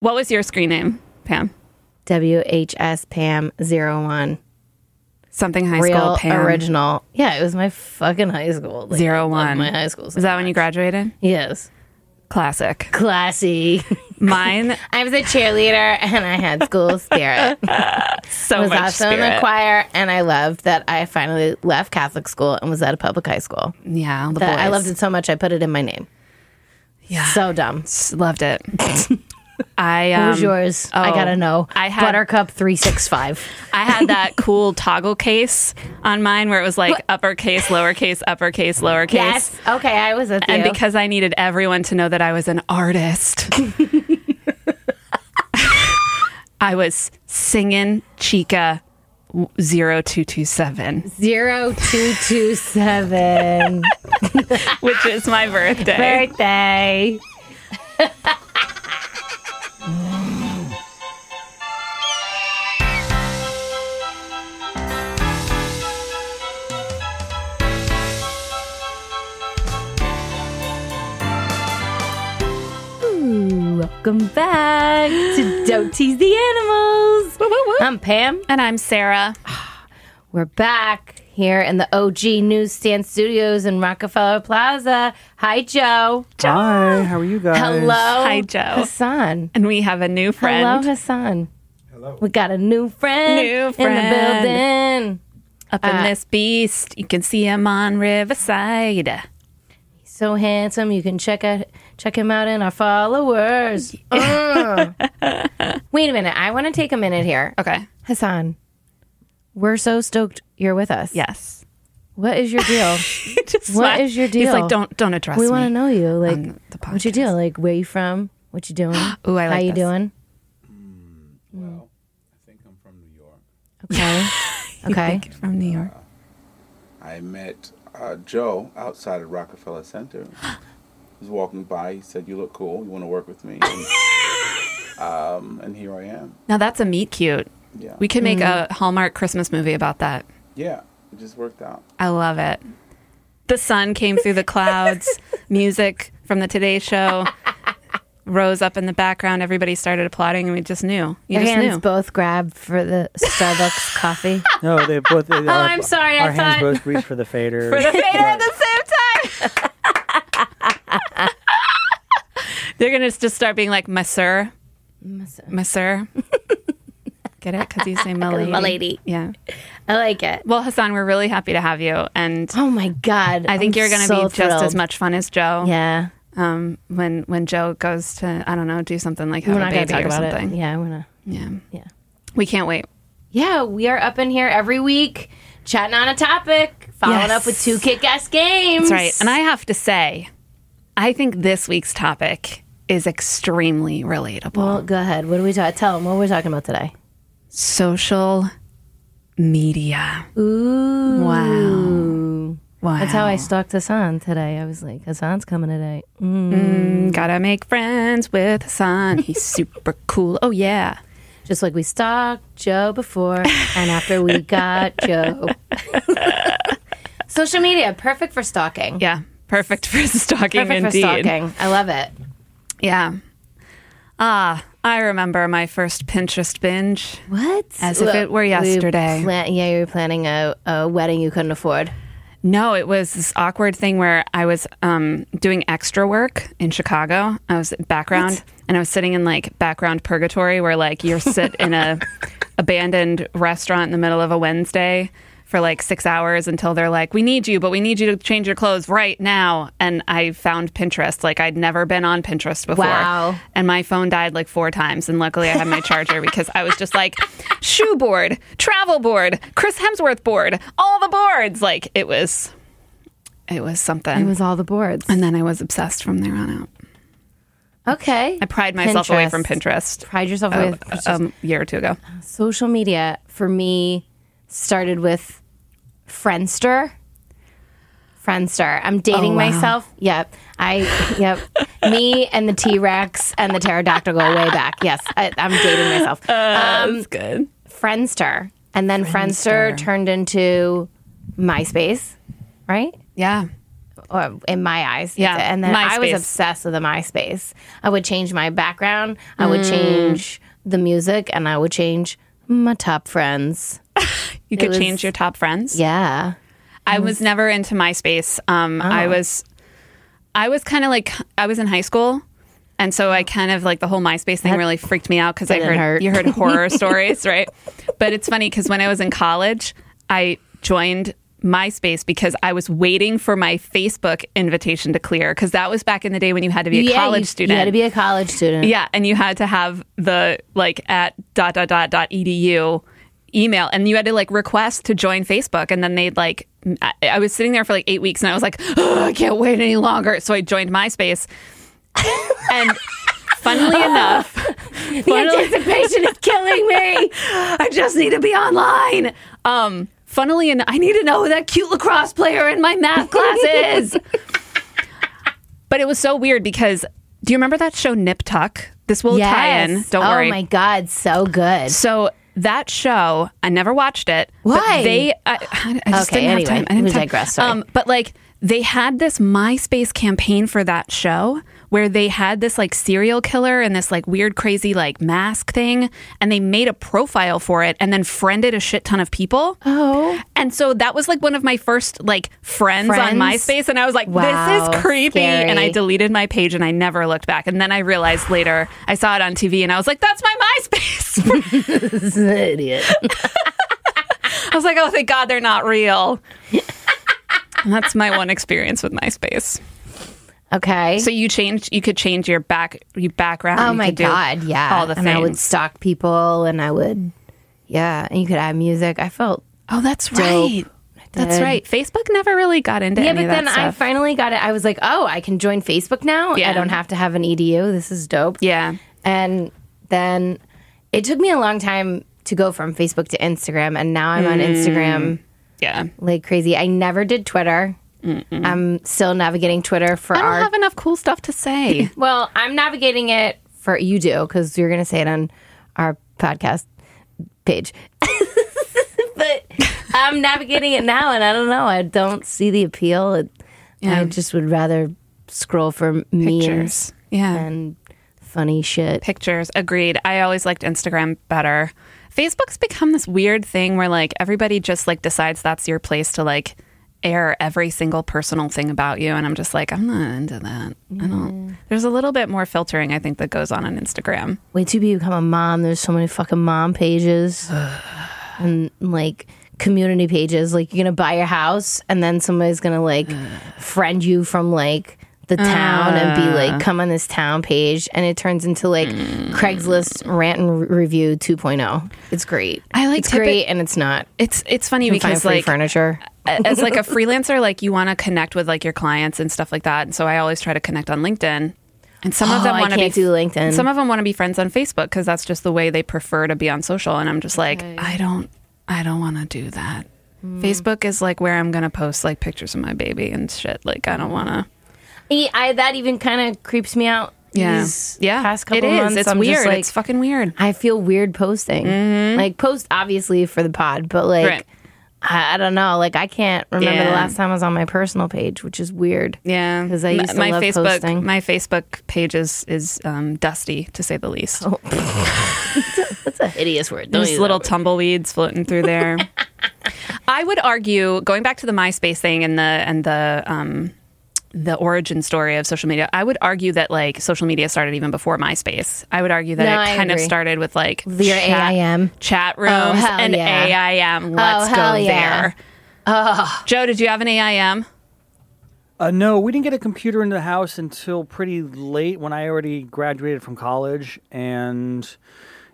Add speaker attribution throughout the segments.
Speaker 1: What was your screen name, Pam?
Speaker 2: WHS Pam 01.
Speaker 1: Something high
Speaker 2: Real
Speaker 1: school Pam.
Speaker 2: original. Yeah, it was my fucking high school. Like,
Speaker 1: Zero
Speaker 2: I love
Speaker 1: one.
Speaker 2: My high school.
Speaker 1: Is that when you graduated?
Speaker 2: Yes.
Speaker 1: Classic.
Speaker 2: Classy.
Speaker 1: Mine
Speaker 2: I was a cheerleader and I had school spirit.
Speaker 1: so
Speaker 2: I was
Speaker 1: much
Speaker 2: also in the
Speaker 1: spirit.
Speaker 2: choir and I loved that I finally left Catholic school and was at a public high school.
Speaker 1: yeah, the
Speaker 2: That I
Speaker 1: boys.
Speaker 2: loved it so much I put it in my name.
Speaker 1: Yeah.
Speaker 2: So dumb.
Speaker 1: S- loved it. I um,
Speaker 2: Who's yours? I
Speaker 1: oh,
Speaker 2: gotta know.
Speaker 1: I had-
Speaker 2: Buttercup three six five.
Speaker 1: I had that cool toggle case on mine where it was like uppercase, lowercase, uppercase, lowercase.
Speaker 2: Yes. Okay, I was with
Speaker 1: And
Speaker 2: you.
Speaker 1: because I needed everyone to know that I was an artist, I was singing Chica 0227,
Speaker 2: Zero two two seven
Speaker 1: which is my birthday.
Speaker 2: birthday. Welcome back to Don't Tease the Animals. I'm Pam.
Speaker 1: And I'm Sarah.
Speaker 2: We're back here in the OG Newsstand Studios in Rockefeller Plaza. Hi, Joe.
Speaker 3: Hi, how are you guys?
Speaker 2: Hello.
Speaker 1: Hi, Joe.
Speaker 2: Hassan.
Speaker 1: And we have a new friend.
Speaker 2: Hello, Hassan. Hello. We got a new friend.
Speaker 1: New
Speaker 2: in the
Speaker 1: friend.
Speaker 2: building.
Speaker 1: Up in this beast. You can see him on Riverside.
Speaker 2: So handsome. You can check out check him out in our followers. Mm. Wait a minute. I want to take a minute here.
Speaker 1: Okay.
Speaker 2: Hassan, we're so stoked you're with us.
Speaker 1: Yes.
Speaker 2: What is your deal?
Speaker 1: Just
Speaker 2: What
Speaker 1: smile.
Speaker 2: is your
Speaker 1: He's
Speaker 2: deal?
Speaker 1: like, don't don't address
Speaker 2: we
Speaker 1: me.
Speaker 2: want to know you. Like,
Speaker 1: the
Speaker 2: what you do? Like, where you from? What you doing?
Speaker 1: Ooh, I
Speaker 2: How
Speaker 1: like
Speaker 2: you
Speaker 1: this.
Speaker 2: doing?
Speaker 4: Well, I think I'm from New York.
Speaker 2: Okay. okay.
Speaker 1: From New York.
Speaker 4: I met uh, Joe outside of Rockefeller Center. He was walking by. He said, "You look cool. You want to work with me?" And, um, and here I am.
Speaker 1: Now that's a meet cute.
Speaker 4: Yeah.
Speaker 1: We could make a Hallmark Christmas movie about that.
Speaker 4: Yeah, it just worked out.
Speaker 1: I love it. The sun came through the clouds, music from the Today Show rose up in the background. Everybody started applauding, and we just knew. You
Speaker 2: Your
Speaker 1: just
Speaker 2: hands
Speaker 1: knew.
Speaker 2: both grabbed for the Starbucks coffee.
Speaker 3: No, they both. They, oh,
Speaker 2: I'm sorry, I
Speaker 3: Our hands
Speaker 2: thought-
Speaker 3: both reached for the fader.
Speaker 1: For the fader at the same time. They're going to just start being like, Monsieur, Monsieur. Get it? Because you say my lady.
Speaker 2: lady.
Speaker 1: Yeah.
Speaker 2: I like it.
Speaker 1: Well, Hassan, we're really happy to have you. And
Speaker 2: Oh my god!
Speaker 1: I think
Speaker 2: I'm
Speaker 1: you're going to
Speaker 2: so
Speaker 1: be just as
Speaker 2: thrilled.
Speaker 1: much fun as Joe.
Speaker 2: Yeah,
Speaker 1: Um, when when Joe goes to I don't know do something like have
Speaker 2: we're
Speaker 1: a
Speaker 2: not
Speaker 1: baby
Speaker 2: going to talk
Speaker 1: or
Speaker 2: about
Speaker 1: something.
Speaker 2: it. Yeah, we're not.
Speaker 1: Yeah.
Speaker 2: Yeah,
Speaker 1: we can't wait.
Speaker 2: yeah. We are up in here every week, chatting on a topic, following
Speaker 1: Yes.
Speaker 2: up with two kick-ass games.
Speaker 1: That's right. And I have to say, I think this week's topic is extremely relatable.
Speaker 2: well, go ahead. What are we talking? Tell them what we're talking about today.
Speaker 1: Social media.
Speaker 2: Ooh,
Speaker 1: Wow. Wow.
Speaker 2: that's how I stalked Hassan today. I was like, Hassan's coming today.
Speaker 1: gotta make friends with Hassan. He's super cool. Oh yeah.
Speaker 2: Just like we stalked Joe before and after we got Joe. Social media, perfect for stalking.
Speaker 1: Yeah. Perfect for stalking
Speaker 2: Perfect
Speaker 1: indeed.
Speaker 2: for stalking. I love it.
Speaker 1: Yeah. Ah, I remember my first Pinterest binge.
Speaker 2: What?
Speaker 1: As if it were yesterday.
Speaker 2: yeah, you were planning a, a wedding you couldn't afford.
Speaker 1: No, it was this awkward thing where I was um, doing extra work in Chicago. I was background, and I was sitting in like background purgatory, where like you're sit in a abandoned restaurant in the middle of a Wednesday for like six hours until they're like, "We need you, but we need you to change your clothes right now." And I found Pinterest. Like I'd never been on Pinterest before,
Speaker 2: Wow.
Speaker 1: and my phone died like four times. And luckily, I had my charger because I was just like, shoe board, travel board, Chris Hemsworth board, all the boards. Like it was it was something.
Speaker 2: It was all the boards.
Speaker 1: and then I was obsessed from there on out.
Speaker 2: Okay.
Speaker 1: I pride myself away from Pinterest
Speaker 2: Pride yourself
Speaker 1: a,
Speaker 2: with
Speaker 1: um, year or two ago.
Speaker 2: social media for me started with Friendster. Friendster. I'm dating
Speaker 1: Oh, wow.
Speaker 2: myself. Yep. I yep. me and the T Rex and the pterodactyl go way back. Yes, I, I'm dating myself.
Speaker 1: That's good.
Speaker 2: Friendster, and then Friendster, turned into MySpace, right?
Speaker 1: Yeah.
Speaker 2: or in my eyes.
Speaker 1: Yeah,
Speaker 2: And then I was
Speaker 1: MySpace.
Speaker 2: obsessed with the MySpace. I would change my background, I would change the music, and I would change my top friends.
Speaker 1: You could
Speaker 2: was-
Speaker 1: change your top friends.
Speaker 2: Yeah.
Speaker 1: I
Speaker 2: Mm-hmm.
Speaker 1: was never into MySpace.
Speaker 2: Oh.
Speaker 1: Um, I was, I was kind of like I was in high school, and so I kind of like the whole MySpace thing really freaked me out because I
Speaker 2: didn't
Speaker 1: heard
Speaker 2: hurt.
Speaker 1: you heard horror stories, right? But it's funny because when I was in college, I joined MySpace because I was waiting for my Facebook invitation to clear because that was back in the day when you had to be a
Speaker 2: yeah,
Speaker 1: college
Speaker 2: you,
Speaker 1: student.
Speaker 2: You had to be a college student.
Speaker 1: Yeah, and you had to have the like at dot dot dot dot edu email, and you had to like request to join Facebook, and then they'd like. I, I was sitting there for like eight weeks, and I was like, oh, I can't wait any longer, so I joined MySpace, and. Funnily enough,
Speaker 2: The anticipation is killing me.
Speaker 1: I just need to be online. Um, funnily enough, I need to know who that cute lacrosse player in my math class is. but it was so weird because do you remember that show Nip Tuck? This will tie in. Don't
Speaker 2: oh
Speaker 1: worry.
Speaker 2: my God, so good.
Speaker 1: So that show, I never watched it. but
Speaker 2: Why?
Speaker 1: They, I, I I just
Speaker 2: Okay,
Speaker 1: didn't
Speaker 2: anyway,
Speaker 1: have time. I didn't
Speaker 2: we
Speaker 1: have time.
Speaker 2: digress, sorry.
Speaker 1: Um, but like they had this MySpace campaign for that show where they had this like serial killer and this like weird, crazy like mask thing, and they made a profile for it and then friended a shit ton of people.
Speaker 2: Oh.
Speaker 1: And so that was like one of my first like friends, on
Speaker 2: Friends?
Speaker 1: MySpace, and I was like,
Speaker 2: Wow,
Speaker 1: this is creepy. And I
Speaker 2: scary.
Speaker 1: deleted my page and I never looked back. And then I realized later, I saw it on TV and I was like, that's my MySpace.
Speaker 2: This is an idiot.
Speaker 1: I was like, oh, thank God they're not real. That's my one experience with MySpace.
Speaker 2: Okay.
Speaker 1: So you changed, you could change your back, your background.
Speaker 2: oh
Speaker 1: you
Speaker 2: my
Speaker 1: could do
Speaker 2: God, yeah.
Speaker 1: all the
Speaker 2: and I would
Speaker 1: things.
Speaker 2: stalk people and I would, yeah. And you could add music. I felt
Speaker 1: Oh, that's right. That's
Speaker 2: did.
Speaker 1: right. Facebook never really got into
Speaker 2: Yeah,
Speaker 1: any
Speaker 2: but
Speaker 1: of that
Speaker 2: then I
Speaker 1: stuff.
Speaker 2: finally got it. I was like, oh, I can join Facebook now.
Speaker 1: Yeah.
Speaker 2: I don't have to have an edu. This is dope.
Speaker 1: yeah,
Speaker 2: And then it took me a long time to go from Facebook to Instagram, and now I'm on
Speaker 1: Mm.
Speaker 2: Instagram
Speaker 1: yeah.
Speaker 2: like crazy. I never did Twitter. I'm still navigating Twitter for
Speaker 1: I don't
Speaker 2: our.
Speaker 1: have enough cool stuff to say.
Speaker 2: well, I'm navigating it for you do because you're going to say it on our podcast page. but I'm navigating it now, and I don't know. I don't see the appeal. It, I just would rather scroll for memes
Speaker 1: Pictures. Yeah.
Speaker 2: and funny shit.
Speaker 1: Pictures. Agreed. I always liked Instagram better. Facebook's become this weird thing where like everybody just like decides that's your place to like air every single personal thing about you and I'm just like I'm not into that. I
Speaker 2: Mm-hmm.
Speaker 1: don't. There's a little bit more filtering I think that goes on on Instagram.
Speaker 2: Wait till you become a mom. There's so many fucking mom pages and like community pages. Like you're gonna buy your house and then somebody's gonna like friend you from like the town and be
Speaker 1: Uh.
Speaker 2: like, come on this town page, and it turns into like
Speaker 1: Mm.
Speaker 2: Craigslist rant and re- review 2.0. It's great.
Speaker 1: I like
Speaker 2: it's
Speaker 1: typi-
Speaker 2: great and it's not.
Speaker 1: It's it's funny
Speaker 2: Find
Speaker 1: because
Speaker 2: free
Speaker 1: like
Speaker 2: furniture.
Speaker 1: as like a freelancer like you want to connect with like your clients and stuff like that and so I always try to connect on LinkedIn. And some of
Speaker 2: Oh,
Speaker 1: them
Speaker 2: I
Speaker 1: want to be
Speaker 2: can't do LinkedIn.
Speaker 1: Some of them want to be friends on Facebook because that's just the way they prefer to be on social. And I'm just
Speaker 2: Okay. Hmm.
Speaker 1: like, I don't, I don't want to do that. Facebook is like where I'm gonna post like pictures of my baby and shit. Like I don't want to.
Speaker 2: E- I, that even kind of creeps me out.
Speaker 1: Yeah,
Speaker 2: these
Speaker 1: yeah.
Speaker 2: Past
Speaker 1: it
Speaker 2: couple
Speaker 1: is.
Speaker 2: months,
Speaker 1: it's
Speaker 2: I'm just
Speaker 1: weird.
Speaker 2: like-
Speaker 1: it's fucking weird.
Speaker 2: I feel weird posting. Like post obviously for the pod, but like
Speaker 1: Mm-hmm. Right.
Speaker 2: I, I don't know. Like I can't remember the
Speaker 1: Yeah.
Speaker 2: last time I was on my personal page, which is weird.
Speaker 1: Yeah,
Speaker 2: because I
Speaker 1: M-
Speaker 2: used to
Speaker 1: my
Speaker 2: love
Speaker 1: Facebook,
Speaker 2: posting.
Speaker 1: my Facebook page is is um, dusty to say the least.
Speaker 2: That's a hideous word. Don't
Speaker 1: There's
Speaker 2: use
Speaker 1: little
Speaker 2: that
Speaker 1: tumbleweeds floating through there. I would argue, going back to the MySpace thing and the and the um, the origin story of social media, I would argue that like social media started even before MySpace. I would argue that
Speaker 2: No,
Speaker 1: it
Speaker 2: I
Speaker 1: kind of
Speaker 2: agree.
Speaker 1: started with like
Speaker 2: word. your AIM.
Speaker 1: chat rooms
Speaker 2: Oh, hell
Speaker 1: and
Speaker 2: yeah. Oh,
Speaker 1: AIM. Let's
Speaker 2: hell
Speaker 1: go
Speaker 2: yeah.
Speaker 1: there. Joe, did you have an AIM?
Speaker 3: Uh, no, we didn't get a computer in the house until pretty late when I already graduated from college, and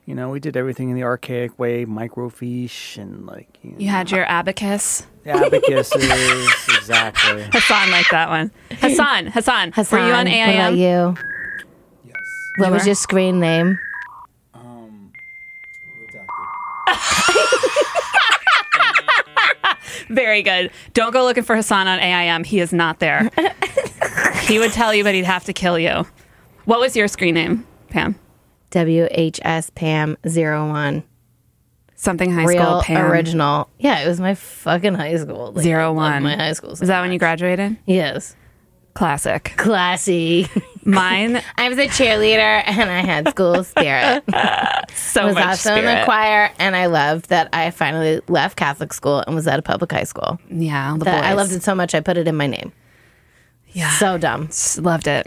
Speaker 3: you know we did everything in the archaic way, microfiche and like you know,
Speaker 1: You had your abacus.
Speaker 3: abacuses, exactly.
Speaker 1: Hassan liked that one. Hassan, Hassan,
Speaker 2: Hassan,
Speaker 1: were you on AIM?
Speaker 2: What about you?
Speaker 4: Yes.
Speaker 2: What
Speaker 1: You
Speaker 2: was
Speaker 1: were?
Speaker 2: your screen name?
Speaker 1: Very good. Don't go looking for Hassan on AIM. He is not there. he would tell you, but he'd have to kill you. What was your screen name, Pam?
Speaker 2: WHS Pam 01.
Speaker 1: Something high
Speaker 2: Real
Speaker 1: school, Pam.
Speaker 2: original. Yeah, it was my fucking high school. Like,
Speaker 1: Zero
Speaker 2: I love
Speaker 1: one.
Speaker 2: My high school.
Speaker 1: Is that when you graduated?
Speaker 2: Yes.
Speaker 1: Classic.
Speaker 2: Classy.
Speaker 1: Mine,
Speaker 2: I was a cheerleader and I had school spirit. I
Speaker 1: so
Speaker 2: was
Speaker 1: much
Speaker 2: also in the
Speaker 1: spirit.
Speaker 2: choir and I loved that I finally left Catholic school and was at a public high school.
Speaker 1: yeah, all the
Speaker 2: That I
Speaker 1: boys.
Speaker 2: loved it so much I put it in my name.
Speaker 1: Yeah.
Speaker 2: So dumb.
Speaker 1: S- Loved it.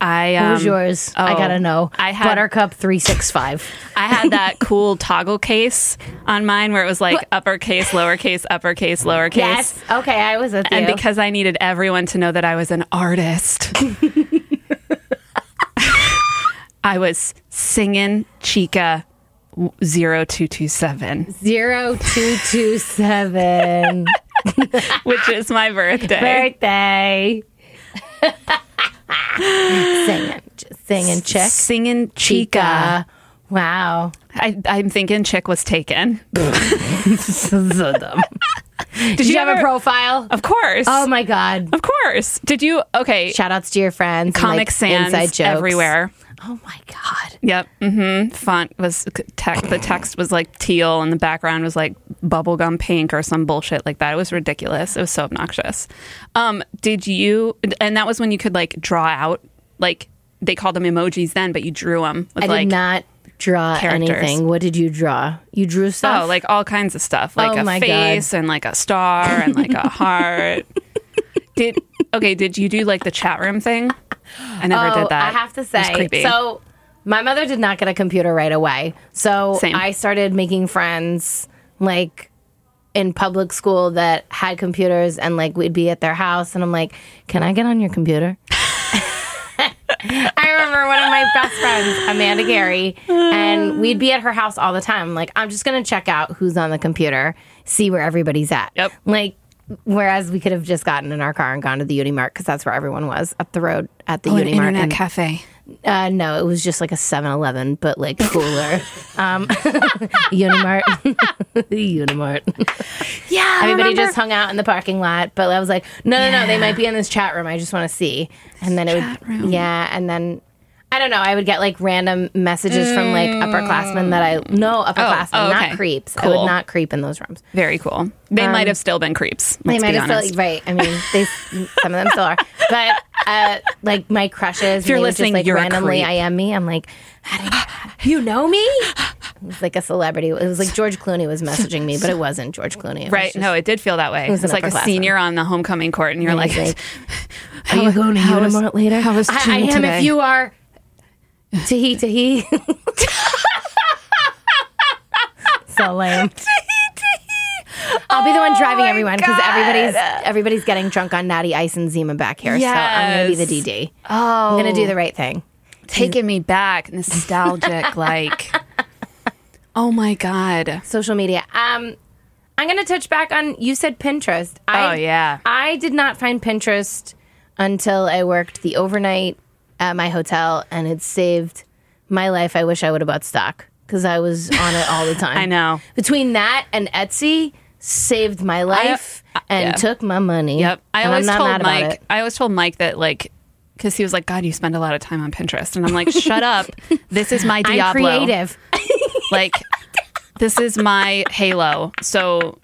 Speaker 1: I um,
Speaker 2: Who's yours? I
Speaker 1: oh,
Speaker 2: gotta know.
Speaker 1: I had-
Speaker 2: Buttercup three six five.
Speaker 1: I had that cool toggle case on mine where it was like uppercase, lowercase, uppercase, lowercase.
Speaker 2: Yes. Okay, I was with
Speaker 1: And
Speaker 2: you.
Speaker 1: because I needed everyone to know that I was an artist, I was singing Chica 0227,
Speaker 2: zero two two seven
Speaker 1: which is my birthday.
Speaker 2: birthday. singing, just singing, chick.
Speaker 1: Singing Chica.
Speaker 2: Wow.
Speaker 1: I, I'm thinking Chick was taken.
Speaker 2: so dumb. Did,
Speaker 1: you
Speaker 2: you have
Speaker 1: ever-
Speaker 2: a profile?
Speaker 1: Of course.
Speaker 2: Oh my god.
Speaker 1: of course. Did you? Okay.
Speaker 2: Shout outs to your friends. and,
Speaker 1: Comic
Speaker 2: like,
Speaker 1: Sans
Speaker 2: inside jokes.
Speaker 1: everywhere.
Speaker 2: Oh my god.
Speaker 1: Yep. Mm-hmm. Font was tech. The text was like teal, and the background was like bubblegum pink or some bullshit like that. It was ridiculous. It was so obnoxious. Um, did you? And that was when you could like draw out. Like they called them emojis then, but you drew them with
Speaker 2: I
Speaker 1: like
Speaker 2: did not draw
Speaker 1: characters.
Speaker 2: anything. What did you draw? You drew stuff.
Speaker 1: oh, like all kinds of stuff, like
Speaker 2: Oh,
Speaker 1: a
Speaker 2: my God.
Speaker 1: face and like a star and like a heart. did okay? Did you do like the chat room thing? I never
Speaker 2: Oh,
Speaker 1: did that.
Speaker 2: I have to
Speaker 1: It was
Speaker 2: say,
Speaker 1: creepy.
Speaker 2: so my mother did not get a computer right away. So
Speaker 1: Same.
Speaker 2: I started making friends like in public school that had computers and like we'd be at their house and I'm like, "Can I get on your computer?" I remember one of my best friends, Amanda Gary, and we'd be at her house all the time. Like, I'm just gonna check out who's on the computer, see where everybody's at.
Speaker 1: Yep.
Speaker 2: Like, whereas we could have just gotten in our car and gone to the Unimart because that's where everyone was up the road at the
Speaker 1: Oh, an
Speaker 2: Unimart.
Speaker 1: internet
Speaker 2: and-
Speaker 1: cafe.
Speaker 2: uh, no, it was just like a 7-Eleven, but like cooler. um, Unimart, Unimart.
Speaker 1: Yeah, I
Speaker 2: Everybody
Speaker 1: remember-
Speaker 2: just hung out in the parking lot, but I was like, no, no, no, they might be in this chat room. I just want to see, and then it
Speaker 1: chat
Speaker 2: would,
Speaker 1: room.
Speaker 2: yeah, and then. I don't know. I would get like random messages from like upperclassmen that I no upperclassmen,
Speaker 1: oh, okay.
Speaker 2: not creeps. I
Speaker 1: Cool.
Speaker 2: would not creep in those rooms.
Speaker 1: Very cool. They might have still been creeps. Let's
Speaker 2: um, they might
Speaker 1: be
Speaker 2: have
Speaker 1: honest.
Speaker 2: still right. I mean, they some of them still are, but uh, like my crushes. If
Speaker 1: you're
Speaker 2: just,
Speaker 1: listening,
Speaker 2: like,
Speaker 1: you're a
Speaker 2: randomly
Speaker 1: creep.
Speaker 2: I am me. I'm like, how do you, you know me? It was like a celebrity. It was like George Clooney was messaging me, but it wasn't George Clooney. It was
Speaker 1: right?
Speaker 2: just-
Speaker 1: no, it did feel that way. It was,
Speaker 2: was an
Speaker 1: like a
Speaker 2: upperclassman.
Speaker 1: senior on the homecoming court, and you're
Speaker 2: And
Speaker 1: like,
Speaker 2: he's like, Are you going to
Speaker 1: how was-
Speaker 2: Unimart later?
Speaker 1: how was
Speaker 2: I, I
Speaker 1: June
Speaker 2: am
Speaker 1: today?
Speaker 2: if you are. Tahi tahi. so lame. I'll be the one driving everyone because everybody's everybody's getting drunk on natty ice and Zima back here. So I'm gonna be the
Speaker 1: Yes.
Speaker 2: DD. Oh, I'm gonna do the right thing.
Speaker 1: taking me back, nostalgic, like, oh my god,
Speaker 2: Social media. Um, I'm gonna touch back on you said Pinterest. I,
Speaker 1: Oh, yeah.
Speaker 2: I did not find Pinterest until I worked the overnight at my hotel, and it saved my life. I wish I would have bought stock because I was on it all the time.
Speaker 1: I know. uh,
Speaker 2: Between that and Etsy, saved my life and
Speaker 1: yeah.
Speaker 2: took my money.
Speaker 1: yep. I
Speaker 2: And I'm
Speaker 1: always
Speaker 2: not
Speaker 1: told
Speaker 2: mad about
Speaker 1: Mike.
Speaker 2: it.
Speaker 1: I always told Mike that like. Because he was like, God, you spend a lot of time on Pinterest. And I'm like, shut up. This is my
Speaker 2: I'm
Speaker 1: Diablo.
Speaker 2: creative.
Speaker 1: Like, this is my Halo. So,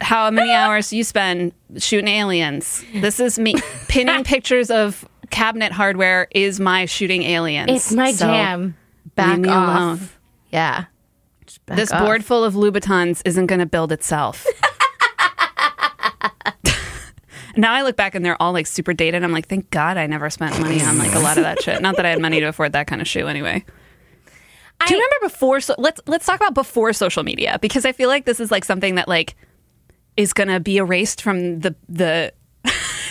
Speaker 1: how many hours you spend shooting aliens? This is me pinning pictures of cabinet hardware. Is my shooting aliens?
Speaker 2: It's my
Speaker 1: So,
Speaker 2: jam. Back
Speaker 1: me
Speaker 2: off.
Speaker 1: alone.
Speaker 2: Yeah. Just back
Speaker 1: This
Speaker 2: off.
Speaker 1: board full of Louboutins isn't going to build itself. now I look back and they're all like super dated. I'm like, thank God I never spent money on like a lot of that shit. Not that I had money to afford that kind of shoe anyway. Do you
Speaker 2: I-
Speaker 1: remember before? So let's let's talk about before social media because I feel like this is like something that like is going to be erased from the the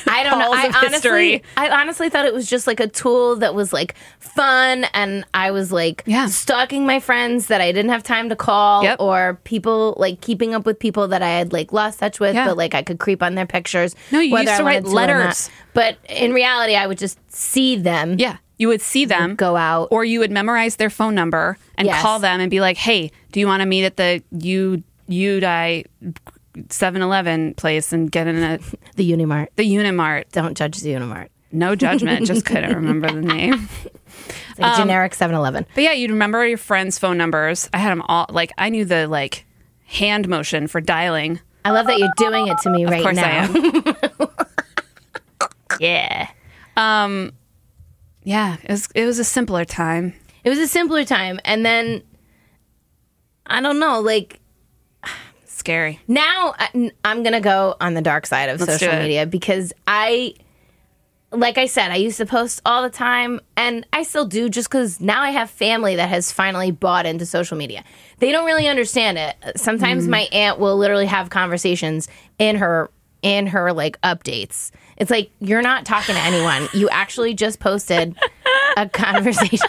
Speaker 2: I don't know.
Speaker 1: halls
Speaker 2: I
Speaker 1: of
Speaker 2: honestly,
Speaker 1: history.
Speaker 2: I honestly thought it was just like a tool that was like fun, and I was like
Speaker 1: Yeah.
Speaker 2: stalking my friends that I didn't have time to call,
Speaker 1: Yep.
Speaker 2: or people like keeping up with people that I had like lost touch with,
Speaker 1: Yeah.
Speaker 2: but like I could creep on their pictures.
Speaker 1: No, you
Speaker 2: whether
Speaker 1: used
Speaker 2: I
Speaker 1: to write
Speaker 2: wanted or not.
Speaker 1: letters.
Speaker 2: but in reality, I would just see them.
Speaker 1: Yeah. You would see them
Speaker 2: go out.
Speaker 1: or you would memorize their phone number and
Speaker 2: Yes.
Speaker 1: call them and be like, "Hey, do you want to meet at the you you die 7-Eleven place and get in a,
Speaker 2: The Unimart.
Speaker 1: the Unimart?"
Speaker 2: Don't judge the Unimart.
Speaker 1: No judgment, just couldn't remember the name.
Speaker 2: It's like
Speaker 1: Um,
Speaker 2: generic 7-Eleven.
Speaker 1: But yeah, you'd remember your friends' phone numbers. I had them all like I knew the like hand motion for dialing.
Speaker 2: I love that you're doing it to me
Speaker 1: Of
Speaker 2: right
Speaker 1: course
Speaker 2: now.
Speaker 1: I am.
Speaker 2: Yeah.
Speaker 1: Yeah, it was it was a simpler time.
Speaker 2: It was a simpler time. And then, I don't know, like,
Speaker 1: Scary.
Speaker 2: now I- I'm gonna go on the dark side of
Speaker 1: Let's do
Speaker 2: social
Speaker 1: it.
Speaker 2: media because I, like I said, I used to post all the time, and I still do just because now I have family that has finally bought into social media. They don't really understand it. Sometimes
Speaker 1: Mm-hmm.
Speaker 2: my aunt will literally have conversations in her in her like updates. It's like you're not talking to anyone. You actually just posted a conversation.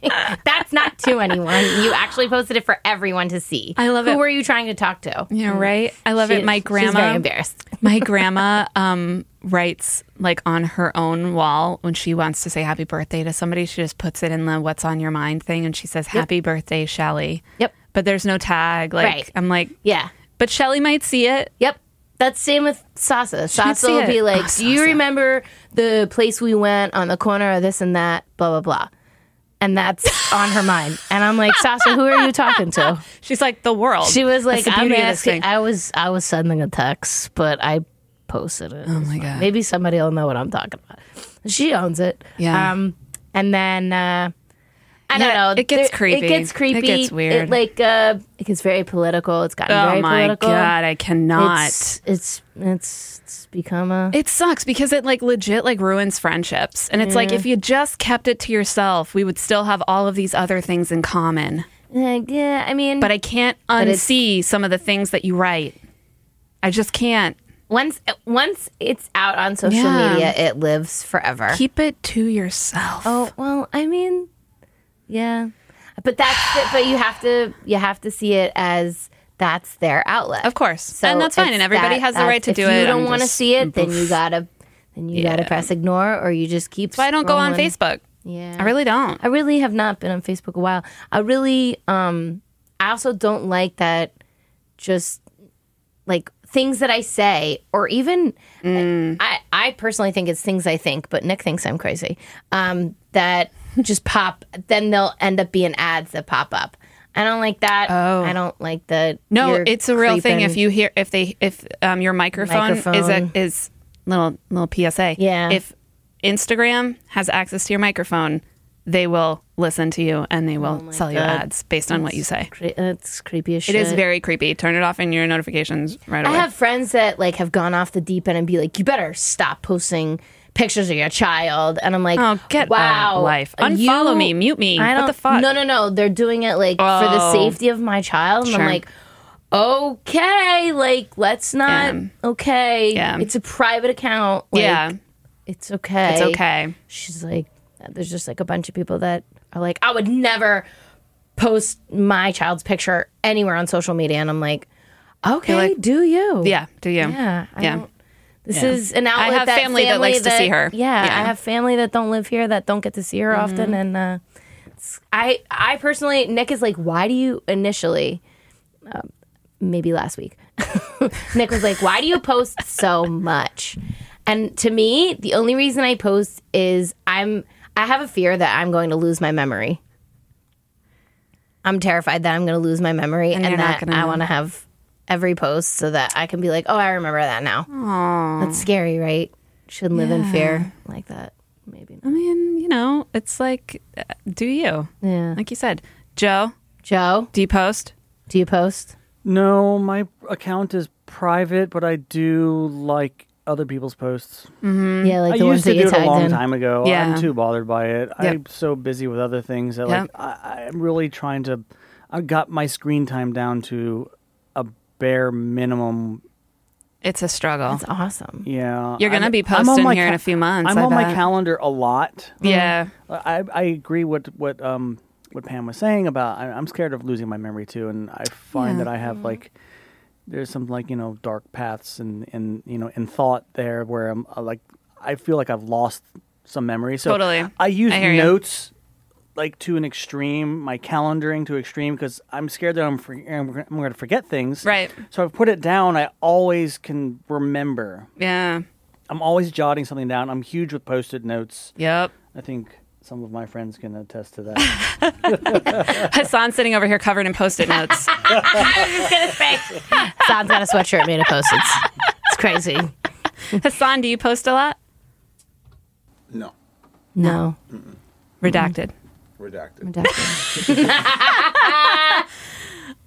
Speaker 2: That's not to anyone. You actually posted it for everyone to see.
Speaker 1: I love
Speaker 2: Who
Speaker 1: it.
Speaker 2: Who were you trying to talk to?
Speaker 1: Yeah, right. I love it.
Speaker 2: She-
Speaker 1: My
Speaker 2: She's very
Speaker 1: grandma,
Speaker 2: embarrassed.
Speaker 1: my grandma, um, writes like on her own wall when she wants to say happy birthday to somebody. She just puts it in the "What's on your mind" thing, and she says "Happy birthday, Shelly."
Speaker 2: Yep.
Speaker 1: But there's no tag. Like
Speaker 2: Right.
Speaker 1: I'm like,
Speaker 2: Yeah.
Speaker 1: but Shelly might see it.
Speaker 2: Yep. That's same with Sasa. Sasa
Speaker 1: see
Speaker 2: will
Speaker 1: it.
Speaker 2: be like,
Speaker 1: Oh,
Speaker 2: "Do you
Speaker 1: Sasa.
Speaker 2: remember the place we went on the corner of this and that?" Blah blah blah, and that's on her mind. And I'm like, Sasa, who are you talking to?
Speaker 1: She's like the world.
Speaker 2: She was like,
Speaker 1: That's the
Speaker 2: "I'm
Speaker 1: beauty of this
Speaker 2: asking."
Speaker 1: thing.
Speaker 2: I was I was sending a text, but I posted it. Oh
Speaker 1: my God.
Speaker 2: Maybe somebody will know what I'm talking about. She owns it.
Speaker 1: Yeah.
Speaker 2: Um, and then uh,
Speaker 1: Yeah,
Speaker 2: I don't know.
Speaker 1: it gets
Speaker 2: There-
Speaker 1: creepy.
Speaker 2: It gets
Speaker 1: It
Speaker 2: creepy.
Speaker 1: gets weird.
Speaker 2: It, like uh, it gets very political. It's gotten
Speaker 1: oh
Speaker 2: very
Speaker 1: my
Speaker 2: political.
Speaker 1: god, I cannot.
Speaker 2: It's it's it's, it's become a
Speaker 1: It sucks because it like legit like ruins friendships. And it's like if you just kept it to yourself, we would still have all of these other things in common.
Speaker 2: like, yeah. I mean,
Speaker 1: But I can't
Speaker 2: it's-
Speaker 1: unsee some of the things that you write. I just can't.
Speaker 2: once once it's out on social
Speaker 1: Yeah.
Speaker 2: media, it lives forever.
Speaker 1: Keep it to yourself.
Speaker 2: oh well, I mean, yeah. But that's it. But you have to you have to see it as that's their outlet.
Speaker 1: Of course.
Speaker 2: So
Speaker 1: and that's fine.
Speaker 2: it's
Speaker 1: And everybody
Speaker 2: that-
Speaker 1: has the
Speaker 2: that's-
Speaker 1: right to
Speaker 2: if
Speaker 1: do
Speaker 2: you
Speaker 1: it.
Speaker 2: you don't
Speaker 1: I'm
Speaker 2: want to
Speaker 1: just-
Speaker 2: see it, then you gotta then you gotta press ignore, or you just keep.
Speaker 1: That's why I don't go on
Speaker 2: scrolling.
Speaker 1: Facebook.
Speaker 2: Yeah,
Speaker 1: I really don't.
Speaker 2: I really have not been on Facebook a while. I really um I also don't like that just like things that I say or even
Speaker 1: Mm.
Speaker 2: I I personally think it's things I think, but Nick thinks I'm crazy. Um that just pop then they'll end up being ads that pop up. I don't like that. Oh. I don't like the
Speaker 1: No,
Speaker 2: you're
Speaker 1: it's a real thing.
Speaker 2: creeping-
Speaker 1: If you hear, if they, if um, your microphone, is
Speaker 2: Microphone.
Speaker 1: a is little little PSA.
Speaker 2: Yeah.
Speaker 1: If Instagram has access to your microphone, they will listen to you and they
Speaker 2: Oh
Speaker 1: will sell you ads based on what you say.
Speaker 2: cre- uh, it's creepy as
Speaker 1: It
Speaker 2: shit.
Speaker 1: is very creepy. Turn it off in your notifications right
Speaker 2: I
Speaker 1: away.
Speaker 2: have friends that like have gone off the deep end and be like, "You better stop posting pictures of your child." And I'm like,
Speaker 1: Oh, get a
Speaker 2: wow,
Speaker 1: life.
Speaker 2: you-
Speaker 1: Unfollow me, mute me.
Speaker 2: I
Speaker 1: What
Speaker 2: don't-
Speaker 1: the fuck?"
Speaker 2: No, no, no. They're doing it like for the
Speaker 1: Oh.
Speaker 2: safety of my child, and I'm
Speaker 1: Sure.
Speaker 2: like, okay, like let's not.
Speaker 1: Yeah.
Speaker 2: Okay,
Speaker 1: Yeah.
Speaker 2: it's a private account. Like,
Speaker 1: yeah,
Speaker 2: it's okay.
Speaker 1: it's okay.
Speaker 2: She's like, there's just like a bunch of people that are like, I would never post my child's picture anywhere on social media, and I'm like. Okay,
Speaker 1: like-
Speaker 2: do you?
Speaker 1: Yeah, do you?
Speaker 2: Yeah. I
Speaker 1: Yeah.
Speaker 2: don't- This is an outlet.
Speaker 1: have
Speaker 2: that
Speaker 1: family that likes to see her.
Speaker 2: Yeah,
Speaker 1: Yeah. Mm-hmm.
Speaker 2: I have family that don't live here that don't get to see her often, and uh, it's- I, I personally, Nick is like, why do you initially, um, maybe last week, Nick was like, why do you post so much? And to me, the only reason I post is I'm, I have a fear that I'm going to lose my memory. I'm terrified that I'm going to lose my memory and,
Speaker 1: you're not
Speaker 2: that
Speaker 1: gonna
Speaker 2: I
Speaker 1: know.
Speaker 2: want to have every post so that I can be like, oh, I remember that now. That's scary, right? Shouldn't live in fear like that. Maybe
Speaker 1: I
Speaker 2: not.
Speaker 1: mean, you know, it's like, uh, do you?
Speaker 2: Yeah.
Speaker 1: Like you said, Joe,
Speaker 2: Joe,
Speaker 1: do you post?
Speaker 2: do you post?
Speaker 3: No, my account is private, but I do like other people's posts.
Speaker 2: Yeah, like
Speaker 3: Mm. I
Speaker 2: the ones
Speaker 3: used to
Speaker 2: that
Speaker 3: do
Speaker 2: you
Speaker 3: it a
Speaker 2: tagged
Speaker 3: long
Speaker 2: in.
Speaker 3: time ago.
Speaker 1: Yeah.
Speaker 3: I'm too bothered by it.
Speaker 1: Yep.
Speaker 3: I'm so busy with other things that
Speaker 1: Yep.
Speaker 3: like I, I'm really trying to. I got my screen time down to a bare minimum.
Speaker 1: It's a struggle.
Speaker 2: That's awesome.
Speaker 3: Yeah,
Speaker 1: You're gonna
Speaker 3: I'm-
Speaker 1: be
Speaker 3: I'm on
Speaker 1: posting
Speaker 3: my
Speaker 1: here in a few months,
Speaker 3: I'm
Speaker 1: I
Speaker 3: on my
Speaker 1: bet.
Speaker 3: calendar a lot.
Speaker 1: yeah.
Speaker 3: I, I agree with what um what Pam was saying about I, I'm scared of losing my memory too, and I
Speaker 1: Yeah. Mm-hmm.
Speaker 3: find that I have like there's some like you know dark paths and and you know in thought there where I'm uh, like I feel like I've lost some memory. So
Speaker 1: Totally.
Speaker 3: I use
Speaker 1: I hear you.
Speaker 3: notes. Like to an extreme, my calendaring to extreme because I'm scared that I'm for, I'm, gonna- I'm going to forget things.
Speaker 1: Right.
Speaker 3: So I put it down. I always can remember.
Speaker 1: Yeah.
Speaker 3: I'm always jotting something down. I'm huge with post-it notes.
Speaker 1: Yep.
Speaker 3: I think some of my friends can attest to that.
Speaker 1: Hassan sitting over here covered in post-it notes.
Speaker 2: Sam's got a sweatshirt made of post-its. It's crazy.
Speaker 1: Hassan, do you post a lot?
Speaker 4: No,
Speaker 2: No.
Speaker 3: Mm-hmm.
Speaker 1: Redacted.
Speaker 4: redacted.
Speaker 2: Redacted.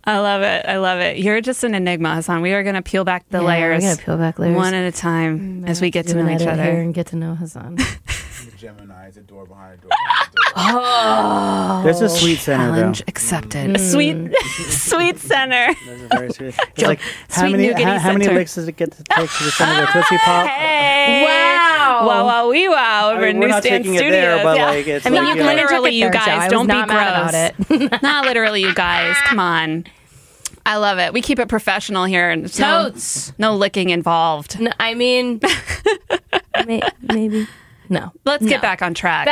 Speaker 1: I love it. I love it. You're just an enigma, Hassan. We are going to peel back the
Speaker 2: Yeah, we're
Speaker 1: layers. Mm,
Speaker 2: gonna peel back layers.
Speaker 1: one at a time as we get to
Speaker 2: Do
Speaker 1: know
Speaker 2: an
Speaker 1: each
Speaker 2: edit here
Speaker 1: other.
Speaker 2: and get to know Hassan.
Speaker 4: The Gemini is a door behind a door. Behind a door.
Speaker 3: There's a sweet center
Speaker 1: Oh, Challenge
Speaker 3: though.
Speaker 1: accepted. Sweet, sweet center.
Speaker 3: There's a very sweet. It's like how
Speaker 1: Sweet
Speaker 3: many
Speaker 1: nougaty
Speaker 3: how, how many
Speaker 1: center.
Speaker 3: licks does it get to take to the center of a tootsie pop?
Speaker 1: Hey!
Speaker 2: Wow.
Speaker 1: Wow! Wow! Wee! Wow! Over
Speaker 3: I mean,
Speaker 1: in
Speaker 3: we're not
Speaker 1: Newstand
Speaker 3: taking it
Speaker 1: Studios.
Speaker 3: there, but
Speaker 1: Yeah.
Speaker 3: like it's
Speaker 2: I mean,
Speaker 3: like,
Speaker 2: you
Speaker 3: uh,
Speaker 2: kinda took
Speaker 1: literally,
Speaker 2: it
Speaker 1: you
Speaker 2: there, Joe. I
Speaker 1: guys.
Speaker 2: was
Speaker 1: Don't
Speaker 2: not
Speaker 1: be
Speaker 2: mad
Speaker 1: gross. not literally, you guys. Come on. I love it. We keep it professional here. and there's no-
Speaker 2: Totes.
Speaker 1: No licking involved.
Speaker 2: No, I mean, may, maybe. No.
Speaker 1: Let's
Speaker 2: no.
Speaker 1: get back on track.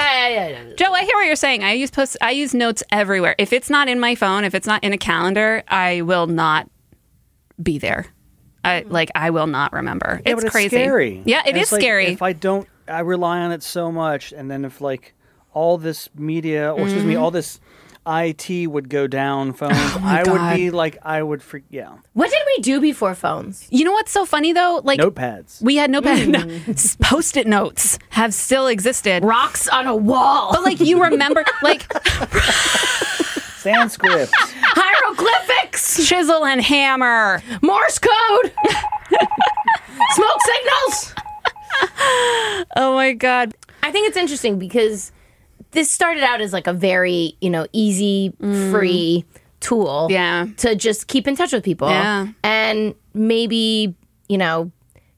Speaker 1: Joe, I hear what you're saying. I use post I use notes everywhere. If it's not in my phone, if it's not in a calendar, I will not be there. I like I will not remember.
Speaker 3: Yeah,
Speaker 1: it's,
Speaker 3: but it's
Speaker 1: crazy.
Speaker 3: scary.
Speaker 1: Yeah, it
Speaker 3: And
Speaker 1: is
Speaker 3: it's like,
Speaker 1: scary.
Speaker 3: If I don't, I rely on it so much, and then if like all this media, or excuse
Speaker 1: Mm-hmm.
Speaker 3: me, all this IT would go down, phones, I
Speaker 1: Oh God.
Speaker 3: would be like, I would freak, yeah,
Speaker 2: What did we do before phones?
Speaker 1: you know what's so funny though? Like
Speaker 3: notepads.
Speaker 1: we had notepad no, s- post-it notes have still existed.
Speaker 2: Rocks on a wall.
Speaker 1: But like you remember like
Speaker 3: Sanskrit.
Speaker 2: Hieroglyphics.
Speaker 1: chisel and hammer.
Speaker 2: Morse code. Smoke signals.
Speaker 1: Oh my god.
Speaker 2: I think it's interesting because this started out as like a very, you know, easy, free tool
Speaker 1: Mm. Yeah.
Speaker 2: to just keep in touch with people
Speaker 1: Yeah.
Speaker 2: and maybe, you know,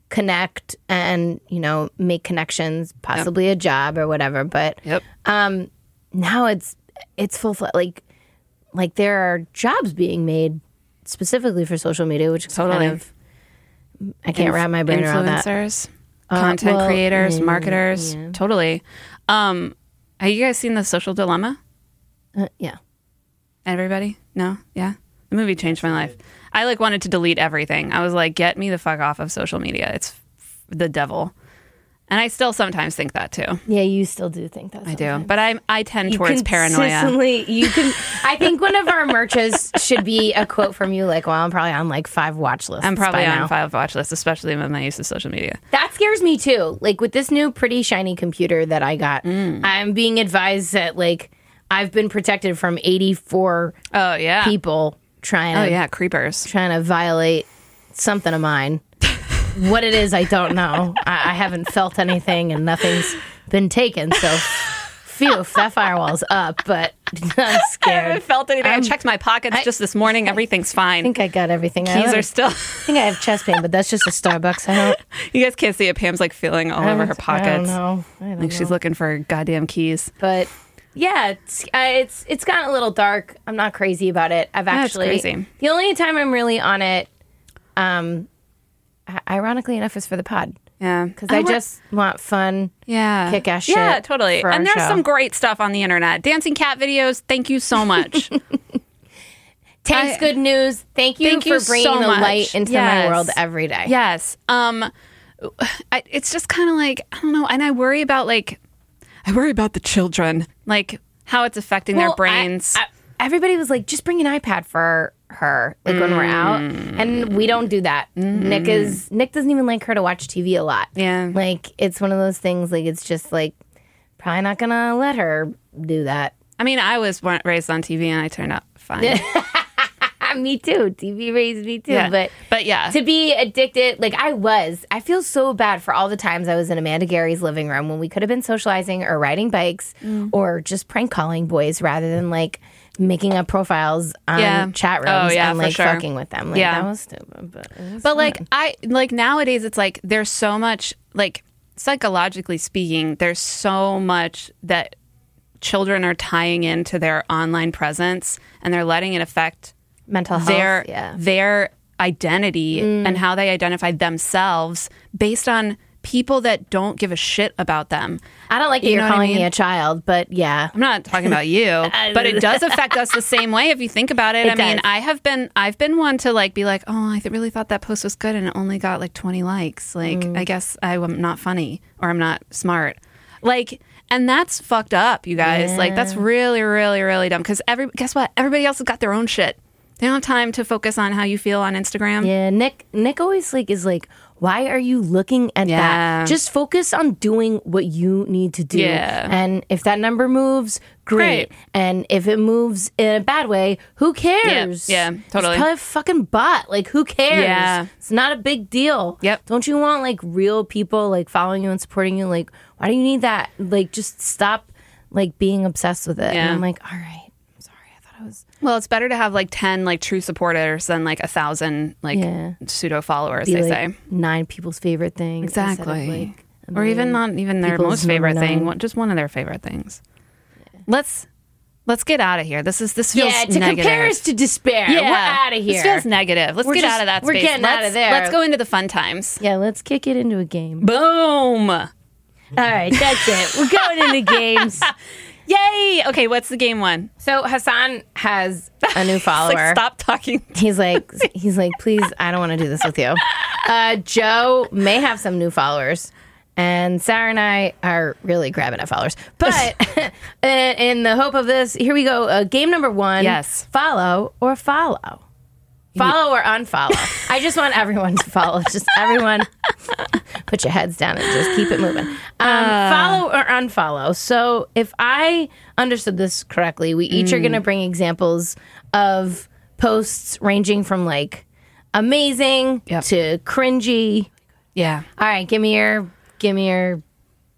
Speaker 2: connect and, you know, make connections, possibly a job or whatever, but
Speaker 1: Yep.
Speaker 2: um now it's it's full fl- like like there are jobs being made specifically for social media, which is
Speaker 1: Totally.
Speaker 2: kind of I can't wrap my brain around that. Uh,
Speaker 1: influencers, content
Speaker 2: well,
Speaker 1: creators,
Speaker 2: maybe,
Speaker 1: marketers.
Speaker 2: yeah.
Speaker 1: Totally. Um, have you guys seen the Social Dilemma?
Speaker 2: Uh, yeah.
Speaker 1: Everybody? No? Yeah. The movie changed my life. I like wanted to delete everything. I was like, get me the fuck off of social media. It's f- the devil. And I still sometimes think that too.
Speaker 2: Yeah, you still do think that.
Speaker 1: I do. But I I tend towards paranoia.
Speaker 2: consistently- You can. I think one of our merches should be a quote from you, like, "Well, I'm probably on like five watch lists.
Speaker 1: I'm probably
Speaker 2: by
Speaker 1: on
Speaker 2: now.
Speaker 1: five watch lists, especially with my use of social media.
Speaker 2: That scares me too. Like with this new pretty shiny computer that I got,
Speaker 1: Mm.
Speaker 2: I'm being advised that like I've been protected from 84
Speaker 1: Oh yeah.
Speaker 2: people trying
Speaker 1: Oh
Speaker 2: to
Speaker 1: yeah, creepers.
Speaker 2: trying to violate something of mine. what it is, I don't know. I, I haven't felt anything, and nothing's been taken. So, phew, that firewall's up. But I'm
Speaker 1: I
Speaker 2: scared.
Speaker 1: haven't felt anything. I checked my pockets
Speaker 2: I-
Speaker 1: just this morning. Everything's fine.
Speaker 2: I think I got everything.
Speaker 1: Keys
Speaker 2: I
Speaker 1: are
Speaker 2: don't
Speaker 1: still.
Speaker 2: think I have chest pain, but that's just a Starbucks. I don't.
Speaker 1: You guys can't see it. Pam's like feeling all
Speaker 2: I
Speaker 1: over
Speaker 2: don't-
Speaker 1: her
Speaker 2: I don't
Speaker 1: pockets.
Speaker 2: know. I don't
Speaker 1: Like she's
Speaker 2: know.
Speaker 1: looking for goddamn keys.
Speaker 2: but yeah, it's uh, it's it's gotten a little dark. I'm not crazy about it. I've
Speaker 1: Yeah, it's
Speaker 2: actually
Speaker 1: crazy.
Speaker 2: the only time I'm really on it, um, i- ironically enough, is for the pod
Speaker 1: Yeah, Oh,
Speaker 2: because I, just want fun.
Speaker 1: yeah
Speaker 2: kick-ass
Speaker 1: Yeah,
Speaker 2: shit
Speaker 1: totally.
Speaker 2: for our
Speaker 1: And there's
Speaker 2: show.
Speaker 1: some great stuff on the internet. Dancing cat videos. Thank you so much.
Speaker 2: Thanks,
Speaker 1: I-
Speaker 2: good news. Thank you
Speaker 1: Thank
Speaker 2: for
Speaker 1: you
Speaker 2: bringing
Speaker 1: so
Speaker 2: the
Speaker 1: much.
Speaker 2: light into
Speaker 1: Yes.
Speaker 2: my world every day.
Speaker 1: yes. Um, I, it's just kind of like I don't know, and I worry about like I worry about the children, like how it's affecting
Speaker 2: Well,
Speaker 1: their brains.
Speaker 2: I- I- everybody was like, just bring an iPad for her, like when we're out,
Speaker 1: Mm.
Speaker 2: and we don't do that. Nick is Nick doesn't even like her to watch TV a lot.
Speaker 1: Yeah.
Speaker 2: like it's one of those things. Like it's just like probably not gonna let her do that.
Speaker 1: I mean, I was wa- raised on TV, and I turned out fine.
Speaker 2: Ah, me too. TV raised me too,
Speaker 1: yeah,
Speaker 2: but.
Speaker 1: but yeah,
Speaker 2: To be addicted, like I was, I feel so bad for all the times I was in Amanda Gary's living room when we could have been socializing or riding bikes
Speaker 1: Mm.
Speaker 2: or just prank calling boys rather than like making up profiles on
Speaker 1: Yeah.
Speaker 2: chat
Speaker 1: Oh,
Speaker 2: rooms
Speaker 1: yeah,
Speaker 2: and
Speaker 1: for
Speaker 2: like
Speaker 1: sure.
Speaker 2: fucking with them. Like,
Speaker 1: Yeah.
Speaker 2: that was stupid. But, it was
Speaker 1: But like
Speaker 2: fun.
Speaker 1: I like nowadays it's like there's so much like psychologically speaking there's so much that children are tying into their online presence and they're letting it affect
Speaker 2: mental health,
Speaker 1: their
Speaker 2: yeah,
Speaker 1: their identity and how they identify themselves based on people that don't give a shit about them.
Speaker 2: I don't like that
Speaker 1: you
Speaker 2: you
Speaker 1: know
Speaker 2: are
Speaker 1: what I
Speaker 2: calling me
Speaker 1: mean?
Speaker 2: a child, but yeah,
Speaker 1: I'm not talking about you, but it does affect us the same way if you think about it. I mean,
Speaker 2: does.
Speaker 1: I have been I've been one to like be like, "Oh, I th- really thought that post was good and it only got like 20 likes. Like,
Speaker 2: Mm.
Speaker 1: I guess I'm not funny or I'm not smart." Like, and that's fucked up, you guys. Like, that's really really really dumb cuz every guess what? Everybody else has got their own shit. They don't have time to focus on how you feel on Instagram.
Speaker 2: yeah. Nick, Nick always like is like, why are you looking at
Speaker 1: Yeah.
Speaker 2: that? Just focus on doing what you need to do.
Speaker 1: Yeah.
Speaker 2: And if that number moves, great.
Speaker 1: Great.
Speaker 2: And if it moves in a bad way, who cares?
Speaker 1: yeah, totally.
Speaker 2: It's probably a fucking bot. Like, who cares?
Speaker 1: Yeah.
Speaker 2: It's not a big deal.
Speaker 1: Yep.
Speaker 2: Don't you want like real people like following you and supporting you? Like, why do you need that? Like, just stop like being obsessed with it. And
Speaker 1: Yeah.
Speaker 2: I'm like, all right. I'm sorry. I thought I was.
Speaker 1: Well, it's better to have like 10 like true supporters than like a thousand like
Speaker 2: Yeah.
Speaker 1: pseudo followers,
Speaker 2: be,
Speaker 1: they
Speaker 2: like,
Speaker 1: say.
Speaker 2: nine people's favorite thing. instead of,
Speaker 1: Exactly.
Speaker 2: like, a
Speaker 1: Or even
Speaker 2: million.
Speaker 1: not even their
Speaker 2: people's
Speaker 1: most favorite
Speaker 2: number
Speaker 1: thing,
Speaker 2: nine.
Speaker 1: one- just one of their favorite things. Let's let's get out of here. This is this feels
Speaker 2: Yeah, to
Speaker 1: negative.
Speaker 2: compare us to despair.
Speaker 1: yeah,
Speaker 2: We're out of here.
Speaker 1: This feels negative. Let's
Speaker 2: We're
Speaker 1: get
Speaker 2: just-
Speaker 1: out of that
Speaker 2: we're
Speaker 1: space.
Speaker 2: getting
Speaker 1: let's,
Speaker 2: out of there.
Speaker 1: Let's go into the fun times.
Speaker 2: yeah, let's kick it into a game.
Speaker 1: Boom!
Speaker 2: All right, that's it. We're going into games.
Speaker 1: Yay! Okay, what's the game one?
Speaker 2: So Hassan has a new follower.
Speaker 1: It's like stop talking.
Speaker 2: He's like, he's like, please, I don't want to do this with you. Uh, Joe may have some new followers, and Sarah and I are really grabbing at followers. But in, in the hope of this, here we go. Uh, game number one.
Speaker 1: Yes.
Speaker 2: Follow or follow. Follow or unfollow. I just want everyone to follow. Just everyone, put your heads down and just keep it moving. Um,
Speaker 1: Uh.
Speaker 2: follow or unfollow. So, if I understood this correctly, we each
Speaker 1: Mm.
Speaker 2: are going to bring examples of posts ranging from like amazing
Speaker 1: Yep.
Speaker 2: to cringy.
Speaker 1: Yeah.
Speaker 2: All right, give me your give me your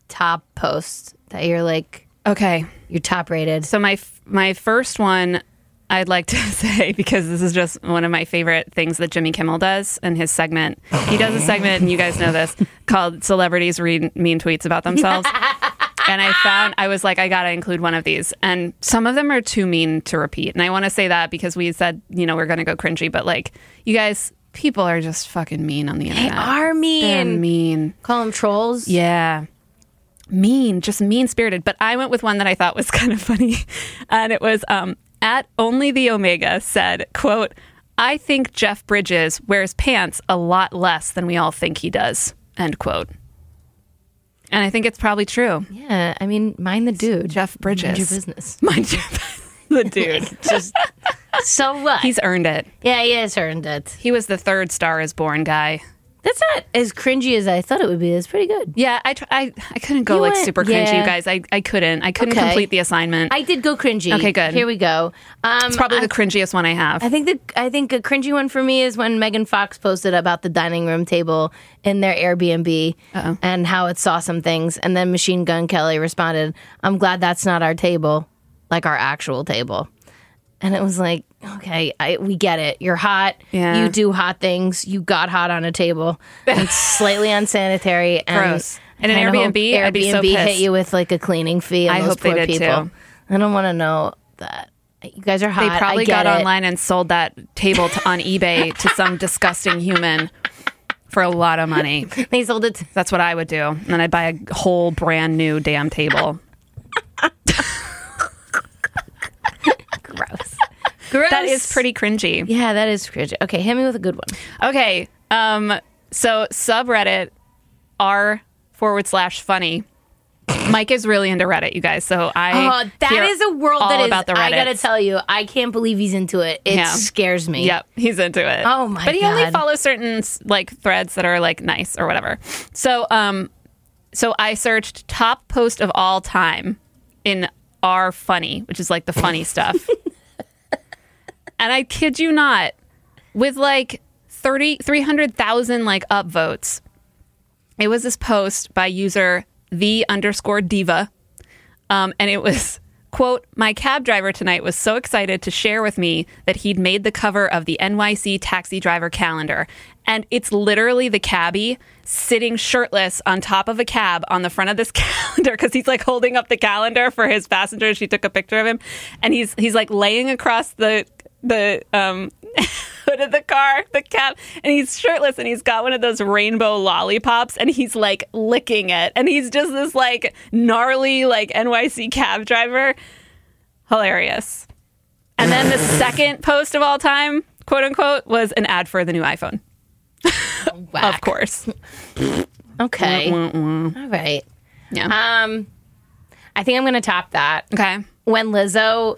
Speaker 2: top post that you're like
Speaker 1: Okay.
Speaker 2: your top rated.
Speaker 1: So my f- my first one I'd like to say because this is just one of my favorite things that Jimmy Kimmel does in his segment. He does a segment, and you guys know this, called "Celebrities Read Mean Tweets About Themselves." and I found I was like, I gotta include one of these, and some of them are too mean to repeat. And I want to say that because we said you know we're gonna go cringy, but like you guys, people are just fucking mean on the internet.
Speaker 2: are
Speaker 1: They're
Speaker 2: mean.
Speaker 1: mean.
Speaker 2: Call them trolls.
Speaker 1: Yeah. Mean, just mean spirited. But I went with one that I thought was kind of funny. And it was um, at only the Omega said, quote, I think Jeff Bridges wears pants a lot less than we all think he does, end quote. And I think it's probably true.
Speaker 2: Yeah, I mean, mind the dude.
Speaker 1: Jeff
Speaker 2: Mind your
Speaker 1: Bridges.
Speaker 2: business.
Speaker 1: Mind Jeff, the dude.
Speaker 2: Just so what?
Speaker 1: He's earned it.
Speaker 2: yeah, he has earned it.
Speaker 1: He was the third Star is Born guy.
Speaker 2: That's not as cringy as I thought it would be. It's pretty good.
Speaker 1: Yeah, I, tr- I, I couldn't go
Speaker 2: You
Speaker 1: like
Speaker 2: went-
Speaker 1: super cringy,
Speaker 2: yeah.
Speaker 1: you guys. I, I couldn't. I couldn't
Speaker 2: Okay.
Speaker 1: complete the assignment.
Speaker 2: I did go cringy.
Speaker 1: Okay, good.
Speaker 2: Here we go. Um,
Speaker 1: it's probably
Speaker 2: I,
Speaker 1: the cringiest one I have.
Speaker 2: I think the I think a cringy one for me is when Megan Fox posted about the dining room table in their Airbnb and how it saw some things, and then Machine Gun Kelly responded, "I'm glad that's not our table, like our actual table." And it was like, okay, I, we get it. You're hot.
Speaker 1: Yeah.
Speaker 2: You do hot things. You got hot on a table. It's slightly unsanitary. And
Speaker 1: Gross. In an
Speaker 2: I hope
Speaker 1: Airbnb, I'd be so
Speaker 2: Airbnb hit
Speaker 1: pissed.
Speaker 2: you with like a cleaning fee. And
Speaker 1: I
Speaker 2: those
Speaker 1: hope they
Speaker 2: poor
Speaker 1: did,
Speaker 2: people.
Speaker 1: too.
Speaker 2: I don't want to know that. You guys are hot.
Speaker 1: They
Speaker 2: I
Speaker 1: probably
Speaker 2: get
Speaker 1: got
Speaker 2: it.
Speaker 1: online and sold that table to, on eBay to some disgusting human for a lot of money.
Speaker 2: They sold it. To,
Speaker 1: That's what I would do. And then I'd buy a whole brand new damn table.
Speaker 2: gross. gross.
Speaker 1: That is pretty cringy.
Speaker 2: Yeah, that is cringe. Okay, hit me with a good one.
Speaker 1: Okay. Um, so subreddit r forward slash funny. Mike is really into Reddit, you guys. So I
Speaker 2: Oh, that
Speaker 1: hear
Speaker 2: is a world
Speaker 1: all
Speaker 2: that is.
Speaker 1: about the Reddit.
Speaker 2: I gotta tell you, I can't believe he's into it. It
Speaker 1: Yeah.
Speaker 2: scares me.
Speaker 1: Yep, he's into it.
Speaker 2: Oh, my
Speaker 1: But he only
Speaker 2: God.
Speaker 1: follows certain like threads that are like nice or whatever. So um so I searched top post of all time in R funny, which is like the funny stuff. and I kid you not, with like 30 300,000 like upvotes. It was this post by user the underscore diva. Um, and it was, quote, my cab driver tonight was so excited to share with me that he'd made the cover of the NYC taxi driver calendar. And it's literally the cabbie sitting shirtless on top of a cab on the front of this calendar because he's like holding up the calendar for his passenger. She took a picture of him, and he's he's like laying across the the um hood of the car, the cab, and he's shirtless and he's got one of those rainbow lollipops and he's like licking it. And he's just this like gnarly like NYC cab driver. Hilarious. And then the second post of all time, quote unquote, was an ad for the new iPhone. Of
Speaker 2: Whack.
Speaker 1: course.
Speaker 2: Okay. All right.
Speaker 1: Yeah.
Speaker 2: Um, I think I'm gonna top that.
Speaker 1: okay.
Speaker 2: when Lizzo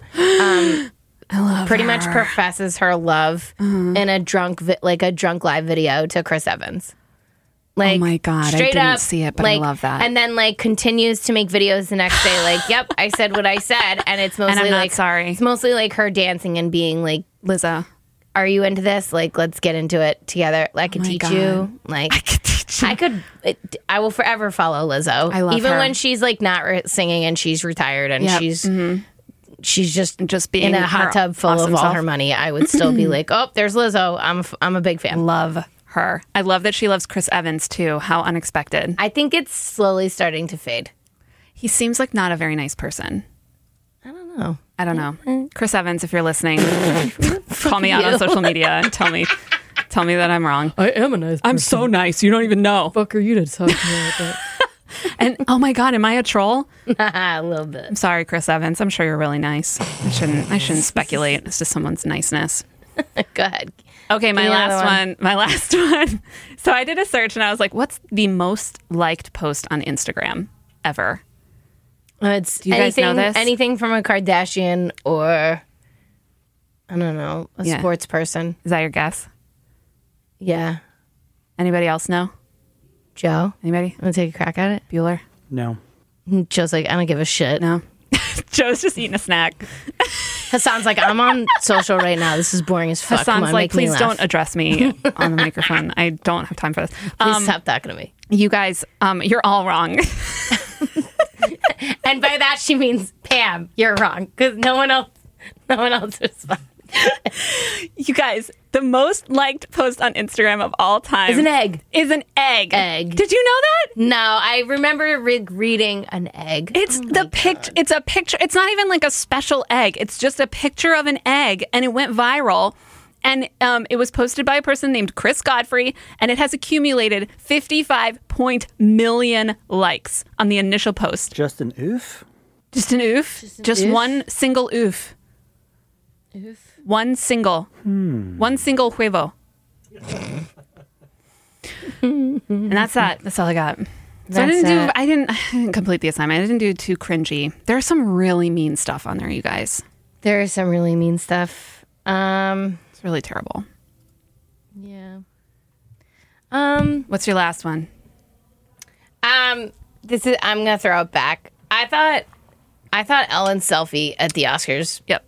Speaker 2: um, pretty much
Speaker 1: Mm-hmm.
Speaker 2: professes her love in a drunk vi- like a drunk live video to Chris Evans. Like,
Speaker 1: Oh my God, I
Speaker 2: straight
Speaker 1: didn't
Speaker 2: up,
Speaker 1: see it, but I
Speaker 2: like,
Speaker 1: love that.
Speaker 2: And then like continues to make videos the next day. Like, yep, I said what I said, and it's mostly
Speaker 1: I'm not
Speaker 2: like
Speaker 1: sorry.
Speaker 2: It's mostly like her dancing and being like,
Speaker 1: Liza.
Speaker 2: "Are you into this? Like, let's get into it together. I could
Speaker 1: Oh my
Speaker 2: teach
Speaker 1: God.
Speaker 2: you. Like, I could. It, I will forever follow Lizzo.
Speaker 1: I love
Speaker 2: even
Speaker 1: her.
Speaker 2: when she's like not re- singing and she's retired and
Speaker 1: Yep. Mm-hmm.
Speaker 2: she's she's just
Speaker 1: Just being
Speaker 2: in a
Speaker 1: her
Speaker 2: hot tub full
Speaker 1: awesome
Speaker 2: of all
Speaker 1: self.
Speaker 2: her money. I would still be like, oh, there's Lizzo. I'm f- I'm a big fan.
Speaker 1: Love her. I love that she loves Chris Evans too. How unexpected.
Speaker 2: I think it's slowly starting to fade.
Speaker 1: He seems like not a very nice person.
Speaker 2: I don't know. Mm-hmm.
Speaker 1: I don't know. Chris Evans, if you're listening, call me out on social media and tell me tell me that I'm wrong.
Speaker 5: I am a nice person.
Speaker 1: so nice. You don't even know.
Speaker 5: fuck are you to talk to me like that?
Speaker 1: And oh my god, am I a troll?
Speaker 2: a little bit.
Speaker 1: I'm sorry, Chris Evans. I'm sure you're really nice. I shouldn't I shouldn't speculate. It's just someone's niceness.
Speaker 2: Go ahead.
Speaker 1: Okay, my
Speaker 2: me another
Speaker 1: last
Speaker 2: one.
Speaker 1: one. My last one. So I did a search and I was like, what's the most liked post on Instagram ever?
Speaker 2: Uh, It's
Speaker 1: you guys
Speaker 2: anything
Speaker 1: know this?
Speaker 2: anything from a Kardashian or I don't know a
Speaker 1: Yeah.
Speaker 2: sports person.
Speaker 1: Is that your guess?
Speaker 2: Yeah,
Speaker 1: Anybody else know?
Speaker 2: Joe.
Speaker 1: Anybody?
Speaker 2: Want to take a crack at it?
Speaker 1: Bueller?
Speaker 3: No.
Speaker 2: Joe's like, I don't give a shit.
Speaker 1: No. Joe's just eating a snack.
Speaker 2: Hassan's like, I'm on social right now. This is boring as fuck. Come
Speaker 1: Hassan's
Speaker 2: on,
Speaker 1: like,
Speaker 2: make me
Speaker 1: please
Speaker 2: laugh.
Speaker 1: don't address me on the microphone. I don't have time for this.
Speaker 2: Please
Speaker 1: Um,
Speaker 2: stop talking to me.
Speaker 1: you guys, um, you're all wrong.
Speaker 2: And by that she means Pam. You're wrong because no one else, no one else responds.
Speaker 1: you guys, the most liked post on Instagram of all time
Speaker 2: It's an egg.
Speaker 1: Is an egg.
Speaker 2: Egg.
Speaker 1: Did you know that?
Speaker 2: No, I remember re- reading an egg.
Speaker 1: It's the picture. It's a picture. It's not even like a special egg. It's just a picture of an egg, and it went viral. And um, it was posted by a person named Chris Godfrey, and it has accumulated 55 point million likes on the initial post.
Speaker 3: Just an oof?
Speaker 1: Just an oof. Just,
Speaker 2: oof?
Speaker 1: one single oof. One single.
Speaker 3: Hmm.
Speaker 1: One single huevo. and that's that. That's all I got. So I
Speaker 2: That's
Speaker 1: didn't do.
Speaker 2: it.
Speaker 1: I didn't. I didn't complete the assignment. I didn't do too cringy. There's some really mean stuff on there, you guys.
Speaker 2: there is some really mean stuff. Um,
Speaker 1: It's really terrible.
Speaker 2: yeah. Um,
Speaker 1: What's your last one?
Speaker 2: um, this is. I'm gonna throw it back. I thought, I thought Ellen's selfie at the Oscars
Speaker 1: Yep.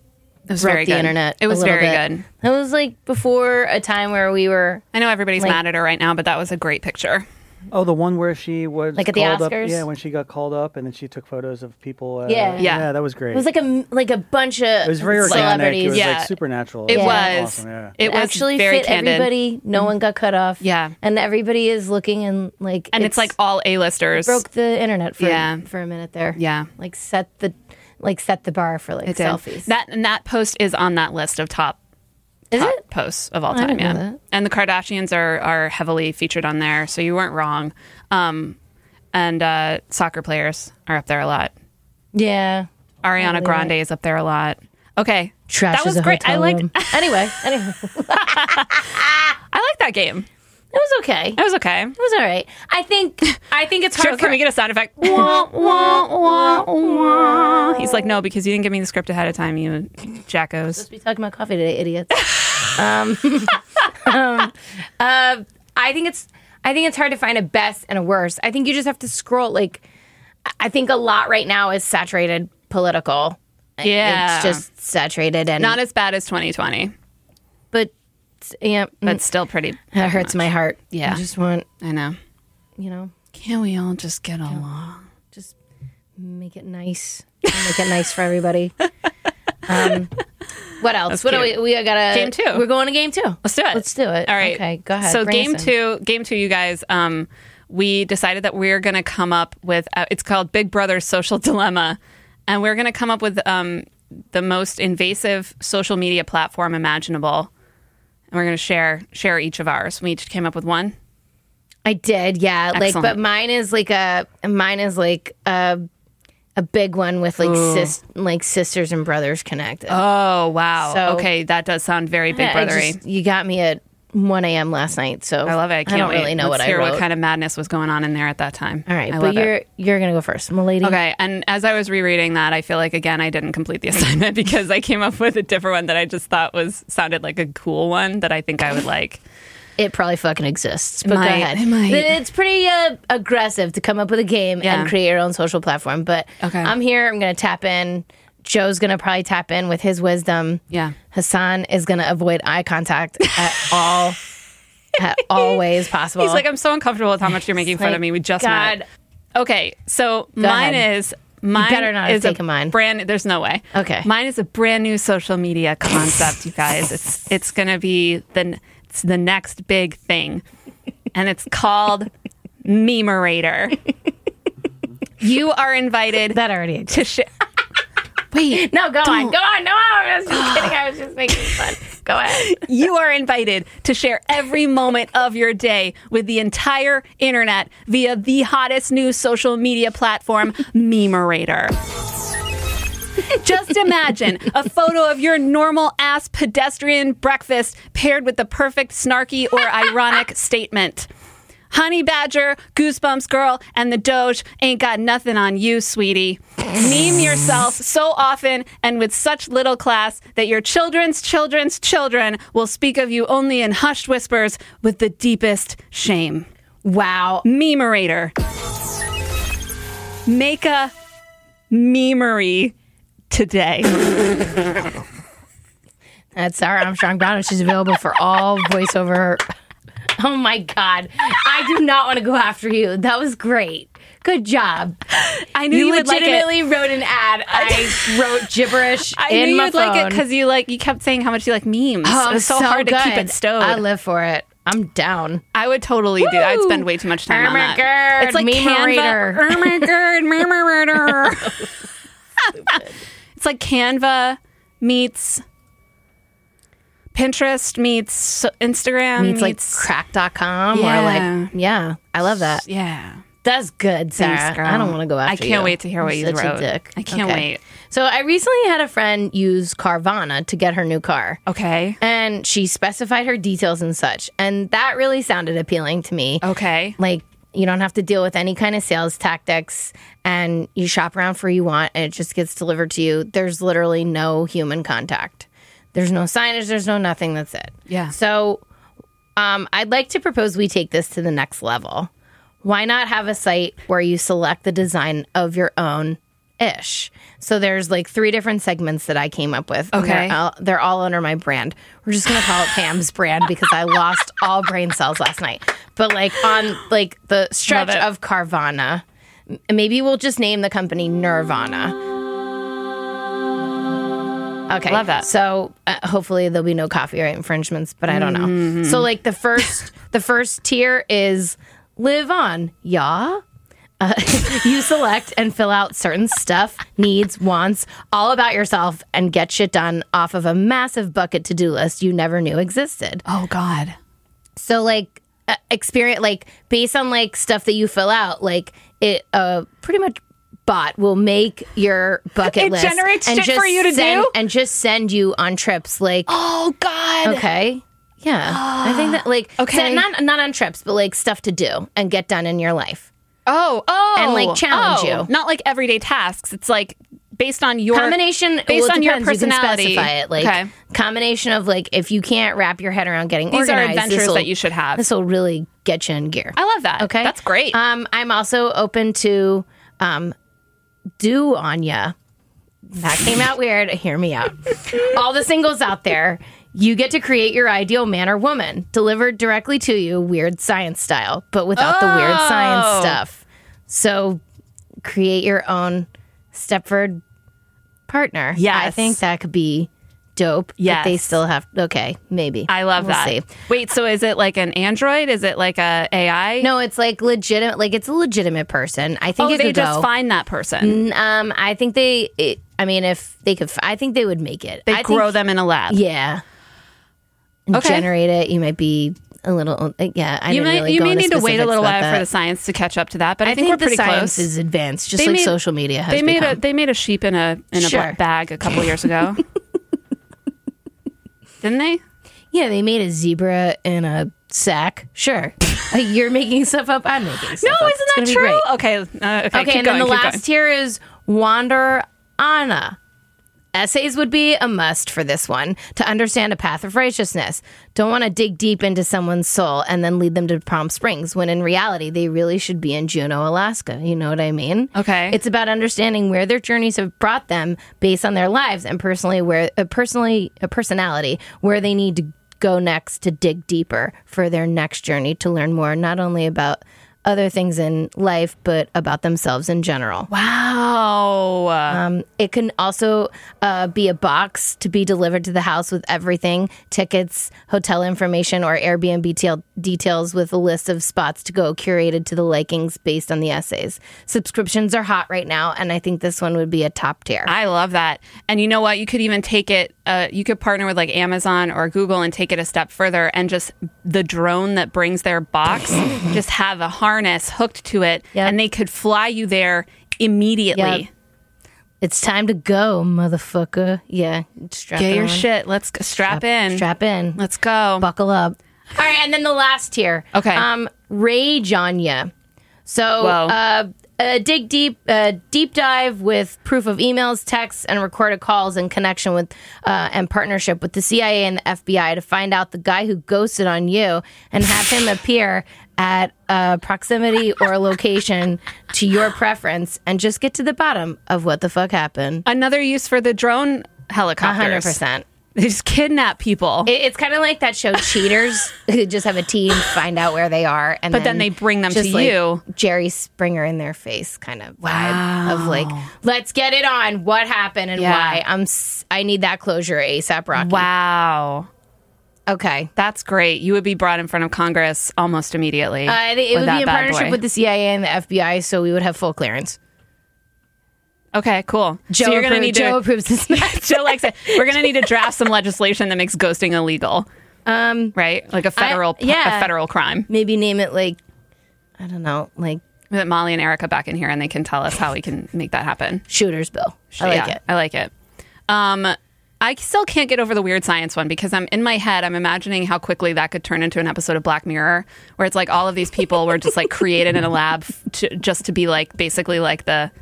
Speaker 1: It was
Speaker 2: broke
Speaker 1: very
Speaker 2: the
Speaker 1: good.
Speaker 2: internet.
Speaker 1: It
Speaker 2: a
Speaker 1: was
Speaker 2: little
Speaker 1: very
Speaker 2: bit.
Speaker 1: good.
Speaker 2: That was like before a time where we were
Speaker 1: I know everybody's
Speaker 2: Like-
Speaker 1: mad at her right now, but that was a great picture.
Speaker 3: Oh, the one where she was
Speaker 2: Like at the
Speaker 3: called up-
Speaker 2: Oscars?
Speaker 3: Yeah, when she got called up and then she took photos of people. Uh,
Speaker 2: Yeah.
Speaker 1: Yeah.
Speaker 3: that was great.
Speaker 2: It was like a like a bunch of
Speaker 3: It was very organic.
Speaker 2: celebrities.
Speaker 3: It was
Speaker 1: Yeah.
Speaker 3: like supernatural.
Speaker 1: It
Speaker 3: It
Speaker 1: was.
Speaker 3: was awesome, yeah.
Speaker 1: It was
Speaker 2: actually
Speaker 1: very
Speaker 2: fit
Speaker 1: candid.
Speaker 2: everybody. No one got cut off.
Speaker 1: Yeah.
Speaker 2: and everybody is looking and like
Speaker 1: And it's, like all A-listers.
Speaker 2: broke the internet for
Speaker 1: Yeah.
Speaker 2: for a minute there.
Speaker 1: Yeah.
Speaker 2: like set the like set the bar for like
Speaker 1: It did.
Speaker 2: selfies.
Speaker 1: That and that post is on that list of top
Speaker 2: is
Speaker 1: top
Speaker 2: it?
Speaker 1: posts of all
Speaker 2: I
Speaker 1: time.
Speaker 2: didn't
Speaker 1: yeah,
Speaker 2: know that.
Speaker 1: and the Kardashians are are heavily featured on there, so you weren't wrong. Um, and uh, soccer players are up there a lot.
Speaker 2: Yeah,
Speaker 1: Ariana
Speaker 2: Totally
Speaker 1: Grande
Speaker 2: right.
Speaker 1: is up there a lot. Okay,
Speaker 2: trash.
Speaker 1: That
Speaker 2: is
Speaker 1: was
Speaker 2: a
Speaker 1: great. I
Speaker 2: hotel
Speaker 1: liked.
Speaker 2: room. anyway. Anyway, it
Speaker 1: I like that game.
Speaker 2: was okay. It
Speaker 1: It was okay. It
Speaker 2: was all right. I think I think it's hard
Speaker 1: Sure,
Speaker 2: for
Speaker 1: can we get a sound effect? Wah, wah, wah, wah. He's like, no, because you didn't give me the script ahead of time, you jackos.
Speaker 2: be talking about coffee today, idiots. um, um, uh, I think it's I think it's hard to find a best and a worst. I think you just have to scroll. Like, I- I think a lot right now is saturated political.
Speaker 1: Yeah,
Speaker 2: It's just saturated and
Speaker 1: not as bad as 2020,
Speaker 2: but yeah,
Speaker 1: but
Speaker 2: but
Speaker 1: still pretty.
Speaker 2: that hurts my heart.
Speaker 1: Yeah.
Speaker 2: I just want
Speaker 1: I know.
Speaker 2: you know
Speaker 1: Can't we all just get along?
Speaker 2: just make it nice, make it nice for everybody. Um, what else? what do
Speaker 1: cute.
Speaker 2: we we gotta
Speaker 1: Game two.
Speaker 2: We're going to game two.
Speaker 1: Let's do it.
Speaker 2: Let's do it.
Speaker 1: All right.
Speaker 2: Okay, go ahead.
Speaker 1: So
Speaker 2: Bring us
Speaker 1: game
Speaker 2: in.
Speaker 1: two, game two, you guys. Um, we decided that we're going to come up with. Uh, it's called Big Brother's Social Dilemma, and we're going to come up with um, the most invasive social media platform imaginable, and we're going to share share each of ours. We each came up with one.
Speaker 2: I did, yeah. Like,
Speaker 1: Excellent.
Speaker 2: but mine is like a mine is like a a big one with like sis, like sisters and brothers connected.
Speaker 1: Oh wow.
Speaker 2: So-
Speaker 1: okay, that does sound very Big
Speaker 2: I
Speaker 1: Brothery. I,
Speaker 2: just- you got me at one a.m. last night, so
Speaker 1: love it. I can't
Speaker 2: don't
Speaker 1: wait.
Speaker 2: really know
Speaker 1: Let's
Speaker 2: what
Speaker 1: hear
Speaker 2: I wrote.
Speaker 1: what kind of madness was going on in there at that time.
Speaker 2: All right,
Speaker 1: I
Speaker 2: but
Speaker 1: love it.
Speaker 2: you're you're gonna go first, milady.
Speaker 1: Okay, and as I was rereading that, I feel like again I didn't complete the assignment because I came up with a different one that I just thought was sounded like a cool one that I think I would like.
Speaker 2: it probably fucking exists. But
Speaker 1: might.
Speaker 2: go ahead.
Speaker 1: It might.
Speaker 2: It's pretty uh, aggressive to come up with a game
Speaker 1: Yeah.
Speaker 2: and create your own social platform. But
Speaker 1: Okay.
Speaker 2: I'm here. I'm going to tap in. Joe's going to probably tap in with his wisdom.
Speaker 1: Yeah.
Speaker 2: Hassan is going to avoid eye contact at all, at all ways possible.
Speaker 1: He's like, I'm so uncomfortable with how much you're making fun
Speaker 2: like,
Speaker 1: of me. We just
Speaker 2: God.
Speaker 1: met. Okay, so mine
Speaker 2: ahead.
Speaker 1: is mine
Speaker 2: better not have
Speaker 1: is a
Speaker 2: taken mine.
Speaker 1: brand. There's no way.
Speaker 2: Okay.
Speaker 1: mine is a brand new social media concept, you guys. It's it's gonna be the it's the next big thing, and it's called Memerator. you are invited
Speaker 2: that already exists.
Speaker 1: to sh- wait.
Speaker 2: No, go on. Go on. No, I was just kidding. I was just making fun. Go ahead.
Speaker 1: You are invited to share every moment of your day with the entire internet via the hottest new social media platform, Memerator. Just imagine a photo of your normal ass pedestrian breakfast paired with the perfect snarky or ironic statement. Honey Badger, Goosebumps Girl, and the Doge ain't got nothing on you, sweetie. Meme yourself so often and with such little class that your children's children's children will speak of you only in hushed whispers with the deepest shame.
Speaker 2: Wow.
Speaker 1: Memerator. Make a memery today.
Speaker 2: That's Sarah Armstrong Brown, and she's available for all voiceover. Oh my God. I do not want to go after you. That was great. Good job.
Speaker 1: I knew
Speaker 2: You,
Speaker 1: you, would like it.
Speaker 2: legitimately wrote an ad. I wrote gibberish
Speaker 1: I
Speaker 2: in
Speaker 1: knew
Speaker 2: my
Speaker 1: you'd like it
Speaker 2: phone.
Speaker 1: because you like you kept saying how much you like memes.
Speaker 2: Oh,
Speaker 1: it was so, hard to keep
Speaker 2: good.
Speaker 1: it stowed.
Speaker 2: I live for it. I'm down.
Speaker 1: I would totally do. I'd
Speaker 2: Woo!
Speaker 1: spend way too much time on that.
Speaker 2: Ermagerd,
Speaker 1: it's like
Speaker 2: memerator.
Speaker 1: Canva. Ermagerd, memerator. it's like Canva meets Pinterest meets Instagram meets,
Speaker 2: It's like crack.com or
Speaker 1: Yeah.
Speaker 2: like, yeah, I love that.
Speaker 1: yeah.
Speaker 2: That's good, Sarah.
Speaker 1: Thanks, girl.
Speaker 2: I don't want to go after
Speaker 1: I can't
Speaker 2: you.
Speaker 1: wait to hear what
Speaker 2: You're
Speaker 1: you
Speaker 2: Such
Speaker 1: wrote.
Speaker 2: A dick.
Speaker 1: I can't wait.
Speaker 2: So I recently had a friend use Carvana to get her new car.
Speaker 1: Okay.
Speaker 2: And she specified her details and such. And that really sounded appealing to me.
Speaker 1: Oh. Okay.
Speaker 2: Like you don't have to deal with any kind of sales tactics and you shop around for you want and it just gets delivered to you. There's literally no human contact. There's no signage, there's no nothing, that's it.
Speaker 1: Yeah.
Speaker 2: So um, I'd like to propose we take this to the next level. Why not have a site where you select the design of your own ish? So there's like three different segments that I came up with. and
Speaker 1: Okay.
Speaker 2: They're all, they're all under my brand. We're just going to call it Pam's brand because I lost all brain cells last night. But like on like the stretch
Speaker 1: Love it.
Speaker 2: of Carvana, m- maybe we'll just name the company Nirvana. Okay.
Speaker 1: Love that.
Speaker 2: So uh, hopefully there'll be no copyright infringements, but I don't know.
Speaker 1: Mm-hmm.
Speaker 2: So like the first the first tier is live on, yeah. Uh, you select and fill out certain stuff, needs, wants, all about yourself, and get shit done off of a massive bucket to do list you never knew existed.
Speaker 1: Oh God.
Speaker 2: So like uh, experience like based on like stuff that you fill out, like it uh pretty much bot will make your bucket
Speaker 1: It
Speaker 2: list
Speaker 1: generates shit for you to
Speaker 2: send,
Speaker 1: do?
Speaker 2: and just send you on trips like
Speaker 1: Oh God.
Speaker 2: okay. Yeah. I think that like
Speaker 1: Okay.
Speaker 2: so not not on trips, but like stuff to do and get done in your life.
Speaker 1: Oh, oh,
Speaker 2: And, like, challenge
Speaker 1: oh.
Speaker 2: you.
Speaker 1: Not like everyday tasks. It's like based on your
Speaker 2: combination
Speaker 1: based
Speaker 2: well, it
Speaker 1: on your
Speaker 2: depends.
Speaker 1: personality.
Speaker 2: You can specify it like
Speaker 1: Okay.
Speaker 2: combination of like if you can't wrap your head around getting
Speaker 1: These are
Speaker 2: organized,
Speaker 1: adventures
Speaker 2: this'll-
Speaker 1: that you should have.
Speaker 2: This will really get you in gear.
Speaker 1: I love that.
Speaker 2: Okay.
Speaker 1: That's great.
Speaker 2: Um, I'm also open to um, do on ya. That came out weird. Hear me out. All the singles out there, you get to create your ideal man or woman delivered directly to you, weird science style, but without the weird
Speaker 1: Oh.
Speaker 2: science stuff. So create your own Stepford partner.
Speaker 1: Yes.
Speaker 2: I think that could be dope. but
Speaker 1: Yes.
Speaker 2: They still have, okay, maybe.
Speaker 1: I love
Speaker 2: We'll
Speaker 1: that.
Speaker 2: see.
Speaker 1: Wait, so is it like an Android? Is it like a AI?
Speaker 2: No, it's like legitimate. Like it's a legitimate person. I think
Speaker 1: oh,
Speaker 2: it
Speaker 1: they
Speaker 2: could
Speaker 1: just
Speaker 2: go.
Speaker 1: find that person.
Speaker 2: um, I think they. It, I mean, if they could, f- I think they would make it.
Speaker 1: They
Speaker 2: I
Speaker 1: grow
Speaker 2: think,
Speaker 1: them in a lab.
Speaker 2: Yeah. And
Speaker 1: Okay.
Speaker 2: Generate it. You might be a little. uh, Yeah, I
Speaker 1: you
Speaker 2: didn't
Speaker 1: might
Speaker 2: really
Speaker 1: you
Speaker 2: go
Speaker 1: may
Speaker 2: into
Speaker 1: need to wait a
Speaker 2: specifics
Speaker 1: little
Speaker 2: about
Speaker 1: while
Speaker 2: that.
Speaker 1: for the science to catch up to that, but I,
Speaker 2: I think,
Speaker 1: we're pretty
Speaker 2: the science
Speaker 1: close.
Speaker 2: is advanced, just
Speaker 1: They
Speaker 2: like
Speaker 1: made-
Speaker 2: social media has
Speaker 1: they made
Speaker 2: become.
Speaker 1: a they made a sheep in a in a
Speaker 2: Sure.
Speaker 1: bla- bag a couple years ago. Didn't they?
Speaker 2: yeah, they made a zebra in a sack. Sure, Uh, you're making stuff up. I'm making stuff up.
Speaker 1: No,
Speaker 2: It's
Speaker 1: isn't
Speaker 2: gonna
Speaker 1: that
Speaker 2: be
Speaker 1: true?
Speaker 2: great.
Speaker 1: Okay, uh, okay,
Speaker 2: Okay,
Speaker 1: keep
Speaker 2: and
Speaker 1: going,
Speaker 2: then the
Speaker 1: keep
Speaker 2: last
Speaker 1: going.
Speaker 2: tier is Wander Anna. Essays would be a must for this one to understand a path of righteousness. Don't want to dig deep into someone's soul and then lead them to Palm Springs when in reality they really should be in Juneau, Alaska. You know what I mean?
Speaker 1: Okay.
Speaker 2: It's about understanding where their journeys have brought them based on their lives and personally where a personally a personality where they need to go next to dig deeper for their next journey to learn more not only about other things in life but about themselves in general.
Speaker 1: Wow.
Speaker 2: Um, it can also uh, be a box to be delivered to the house with everything tickets, hotel information, or Airbnb tel- details with a list of spots to go curated to the likings based on the essays. Subscriptions are hot right now, and I think this one would be a top tier.
Speaker 1: I love that. And you know what? You could even take it, uh, you could partner with like Amazon or Google and take it a step further and just the drone that brings their box, just have a harness hooked to it
Speaker 2: Yep.
Speaker 1: and they could fly you there immediately.
Speaker 2: Yep. it's time to go, motherfucker. Yeah, strap
Speaker 1: Get
Speaker 2: it
Speaker 1: your
Speaker 2: on.
Speaker 1: shit. Let's g- strap in.
Speaker 2: Strap in.
Speaker 1: Let's go.
Speaker 2: Buckle up. All right, and then the last tier.
Speaker 1: Okay.
Speaker 2: Um, rage on ya. So,
Speaker 1: Whoa.
Speaker 2: uh, a dig deep, uh, deep dive with proof of emails, texts, and recorded calls in connection with uh, and partnership with the CIA and the FBI to find out the guy who ghosted on you and have him appear at a proximity or a location to your preference, and just get to the bottom of what the fuck happened.
Speaker 1: Another use for the drone
Speaker 2: Hundred
Speaker 1: helicopters.
Speaker 2: percent.
Speaker 1: They just kidnap people.
Speaker 2: It- It's kind of like that show Cheaters, who just have a team find out where they are, and
Speaker 1: But then they bring them
Speaker 2: just
Speaker 1: to
Speaker 2: like
Speaker 1: you.
Speaker 2: Jerry Springer in their face, kind of vibe of like, let's get it on. What happened and
Speaker 1: Yeah.
Speaker 2: why? I'm s- I need that closure ASAP, Rocky.
Speaker 1: wow.
Speaker 2: Okay.
Speaker 1: That's great. You would be brought in front of Congress almost immediately.
Speaker 2: Uh, they, it
Speaker 1: with
Speaker 2: would
Speaker 1: that
Speaker 2: be in
Speaker 1: bad
Speaker 2: partnership
Speaker 1: boy.
Speaker 2: with the CIA and the FBI, so we would have full clearance.
Speaker 1: Okay, cool. so you're gonna
Speaker 2: appro-
Speaker 1: need
Speaker 2: Joe
Speaker 1: to.
Speaker 2: approves this. match.
Speaker 1: Joe likes it. We're gonna need to draft some legislation that makes ghosting illegal. Um, right, like a federal,
Speaker 2: yeah.
Speaker 1: a federal crime.
Speaker 2: Maybe name it like, I don't know, like
Speaker 1: That Molly and Erica back in here, and they can tell us how we can make that happen.
Speaker 2: Shooter's Bill. I like
Speaker 1: Yeah,
Speaker 2: it.
Speaker 1: I like it. Um, I still can't get over the weird science one because I'm in my head. I'm imagining how quickly that could turn into an episode of Black Mirror, where it's like all of these people were just like created in a lab f- to, just to be like basically like the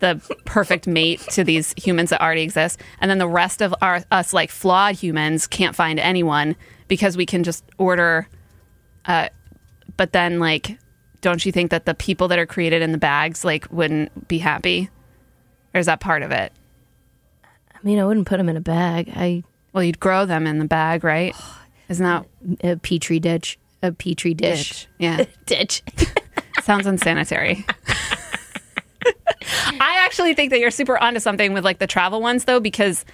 Speaker 1: the perfect mate to these humans that already exist, and then the rest of our us like flawed humans can't find anyone because we can just order. Uh, but then like, don't you think that the people that are created in the bags like wouldn't be happy? Or is that part of it?
Speaker 2: I mean, I wouldn't put him in a bag. I
Speaker 1: Well, you'd grow them in the bag, right? Isn't that
Speaker 2: a petri dish, a petri dish,
Speaker 1: itch? Yeah,
Speaker 2: ditch.
Speaker 1: sounds unsanitary. I actually think that you're super onto something with like the travel ones, though, because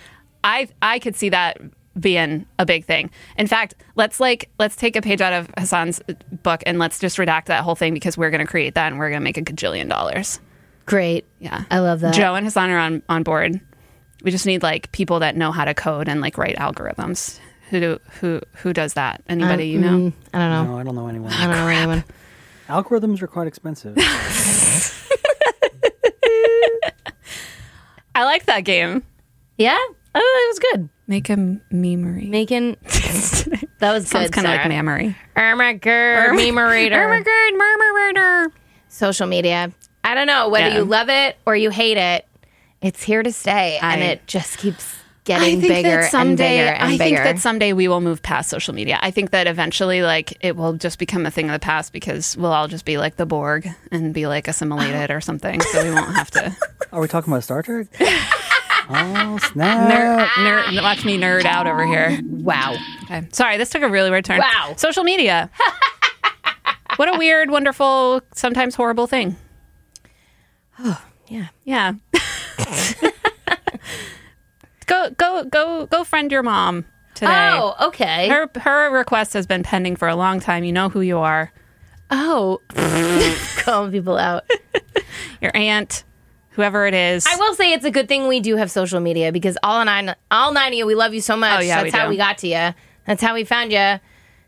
Speaker 1: I I could see that being a big thing. In fact, let's like let's take a page out of Hassan's book and let's just redact that whole thing because we're going to create that and we're going to make a gajillion dollars.
Speaker 2: Great.
Speaker 1: Yeah,
Speaker 2: I love that.
Speaker 1: Joe and Hassan are on on board. We just need like people that know how to code and like write algorithms. Who do, who who does that? Anybody you know?
Speaker 2: Mm, I don't know.
Speaker 3: No, I don't know anyone.
Speaker 2: I don't know anyone.
Speaker 3: Algorithms are quite expensive.
Speaker 1: I like that game.
Speaker 2: Yeah. Oh, it was good.
Speaker 1: Make a memery.
Speaker 2: Making that was
Speaker 1: Sounds
Speaker 2: good.
Speaker 1: kind of like
Speaker 2: Sarah.
Speaker 1: memory.
Speaker 2: Irma Gerd, memerator. Social media. I don't know whether
Speaker 1: Yeah.
Speaker 2: you love it or you hate it. It's here to stay, and
Speaker 1: I-
Speaker 2: it just keeps getting bigger and bigger and
Speaker 1: I
Speaker 2: bigger.
Speaker 1: think that someday we will move past social media. I think that eventually, like, it will just become a thing of the past because we'll all just be like the Borg and be like assimilated or something. So we won't have to
Speaker 3: Are we talking about Star Trek? oh snap!
Speaker 1: nerd, watch me nerd out over here.
Speaker 2: wow.
Speaker 1: Okay. Sorry, this took a really weird turn.
Speaker 2: Wow.
Speaker 1: Social media. what a weird, wonderful, sometimes horrible thing.
Speaker 2: Oh, Yeah.
Speaker 1: Yeah. go go go go friend your mom today.
Speaker 2: Oh, okay.
Speaker 1: Her her request has been pending for a long time. You know who you are.
Speaker 2: oh, calling people out.
Speaker 1: Your aunt, whoever it is.
Speaker 2: I will say it's a good thing we do have social media because all nine, all nine of you, we love you so much.
Speaker 1: Oh, yeah,
Speaker 2: That's
Speaker 1: we
Speaker 2: how
Speaker 1: do.
Speaker 2: we got to you. That's how we found you.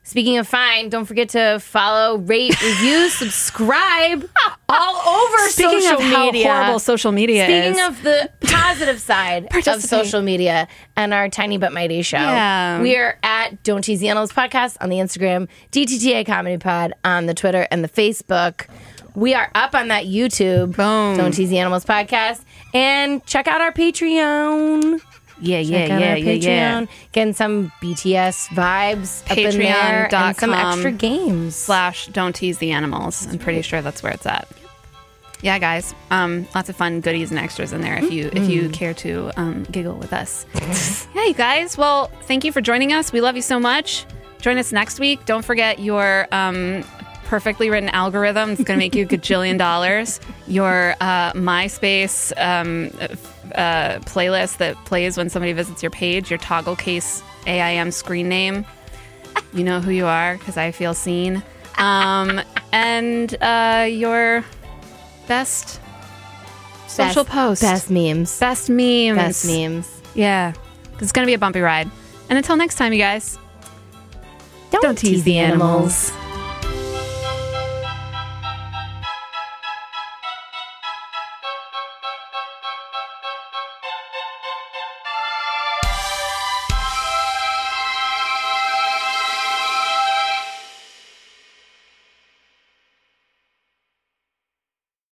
Speaker 2: Speaking of fine, don't forget to follow, rate, review, subscribe all over
Speaker 1: Speaking
Speaker 2: social
Speaker 1: of how
Speaker 2: media.
Speaker 1: horrible social media is.
Speaker 2: Speaking of the positive side of
Speaker 1: Participate.
Speaker 2: social media and our Tiny But Mighty show,
Speaker 1: Yeah.
Speaker 2: we are at Don't Tease the Animals podcast on the Instagram, DTTA Comedy Pod on the Twitter and the Facebook. We are up on that YouTube,
Speaker 1: Boom.
Speaker 2: Don't Tease the Animals podcast, and check out our Patreon.
Speaker 1: Yeah, yeah,
Speaker 2: Check out
Speaker 1: yeah,
Speaker 2: our
Speaker 1: yeah,
Speaker 2: Patreon.
Speaker 1: yeah.
Speaker 2: Getting some BTS vibes up in there and some
Speaker 1: Patreon.com
Speaker 2: extra games.
Speaker 1: Slash don't tease the animals. I'm pretty sure that's where it's at. Yeah, guys. Um, lots of fun goodies and extras in there if you if you care to um, giggle with us. yeah, you guys. Well, thank you for joining us. We love you so much. Join us next week. Don't forget your um, perfectly written algorithm. It's going to make you a gajillion dollars. Your uh, MySpace um, uh, playlist that plays when somebody visits your page. Your toggle case AIM screen name you know who you are because I feel seen. Um, and uh, your best social
Speaker 2: Best-
Speaker 1: post,
Speaker 2: Best memes.
Speaker 1: best memes,
Speaker 2: Best memes.
Speaker 1: Yeah, it's gonna be a bumpy ride. And until next time, you guys, don't, tease the animals.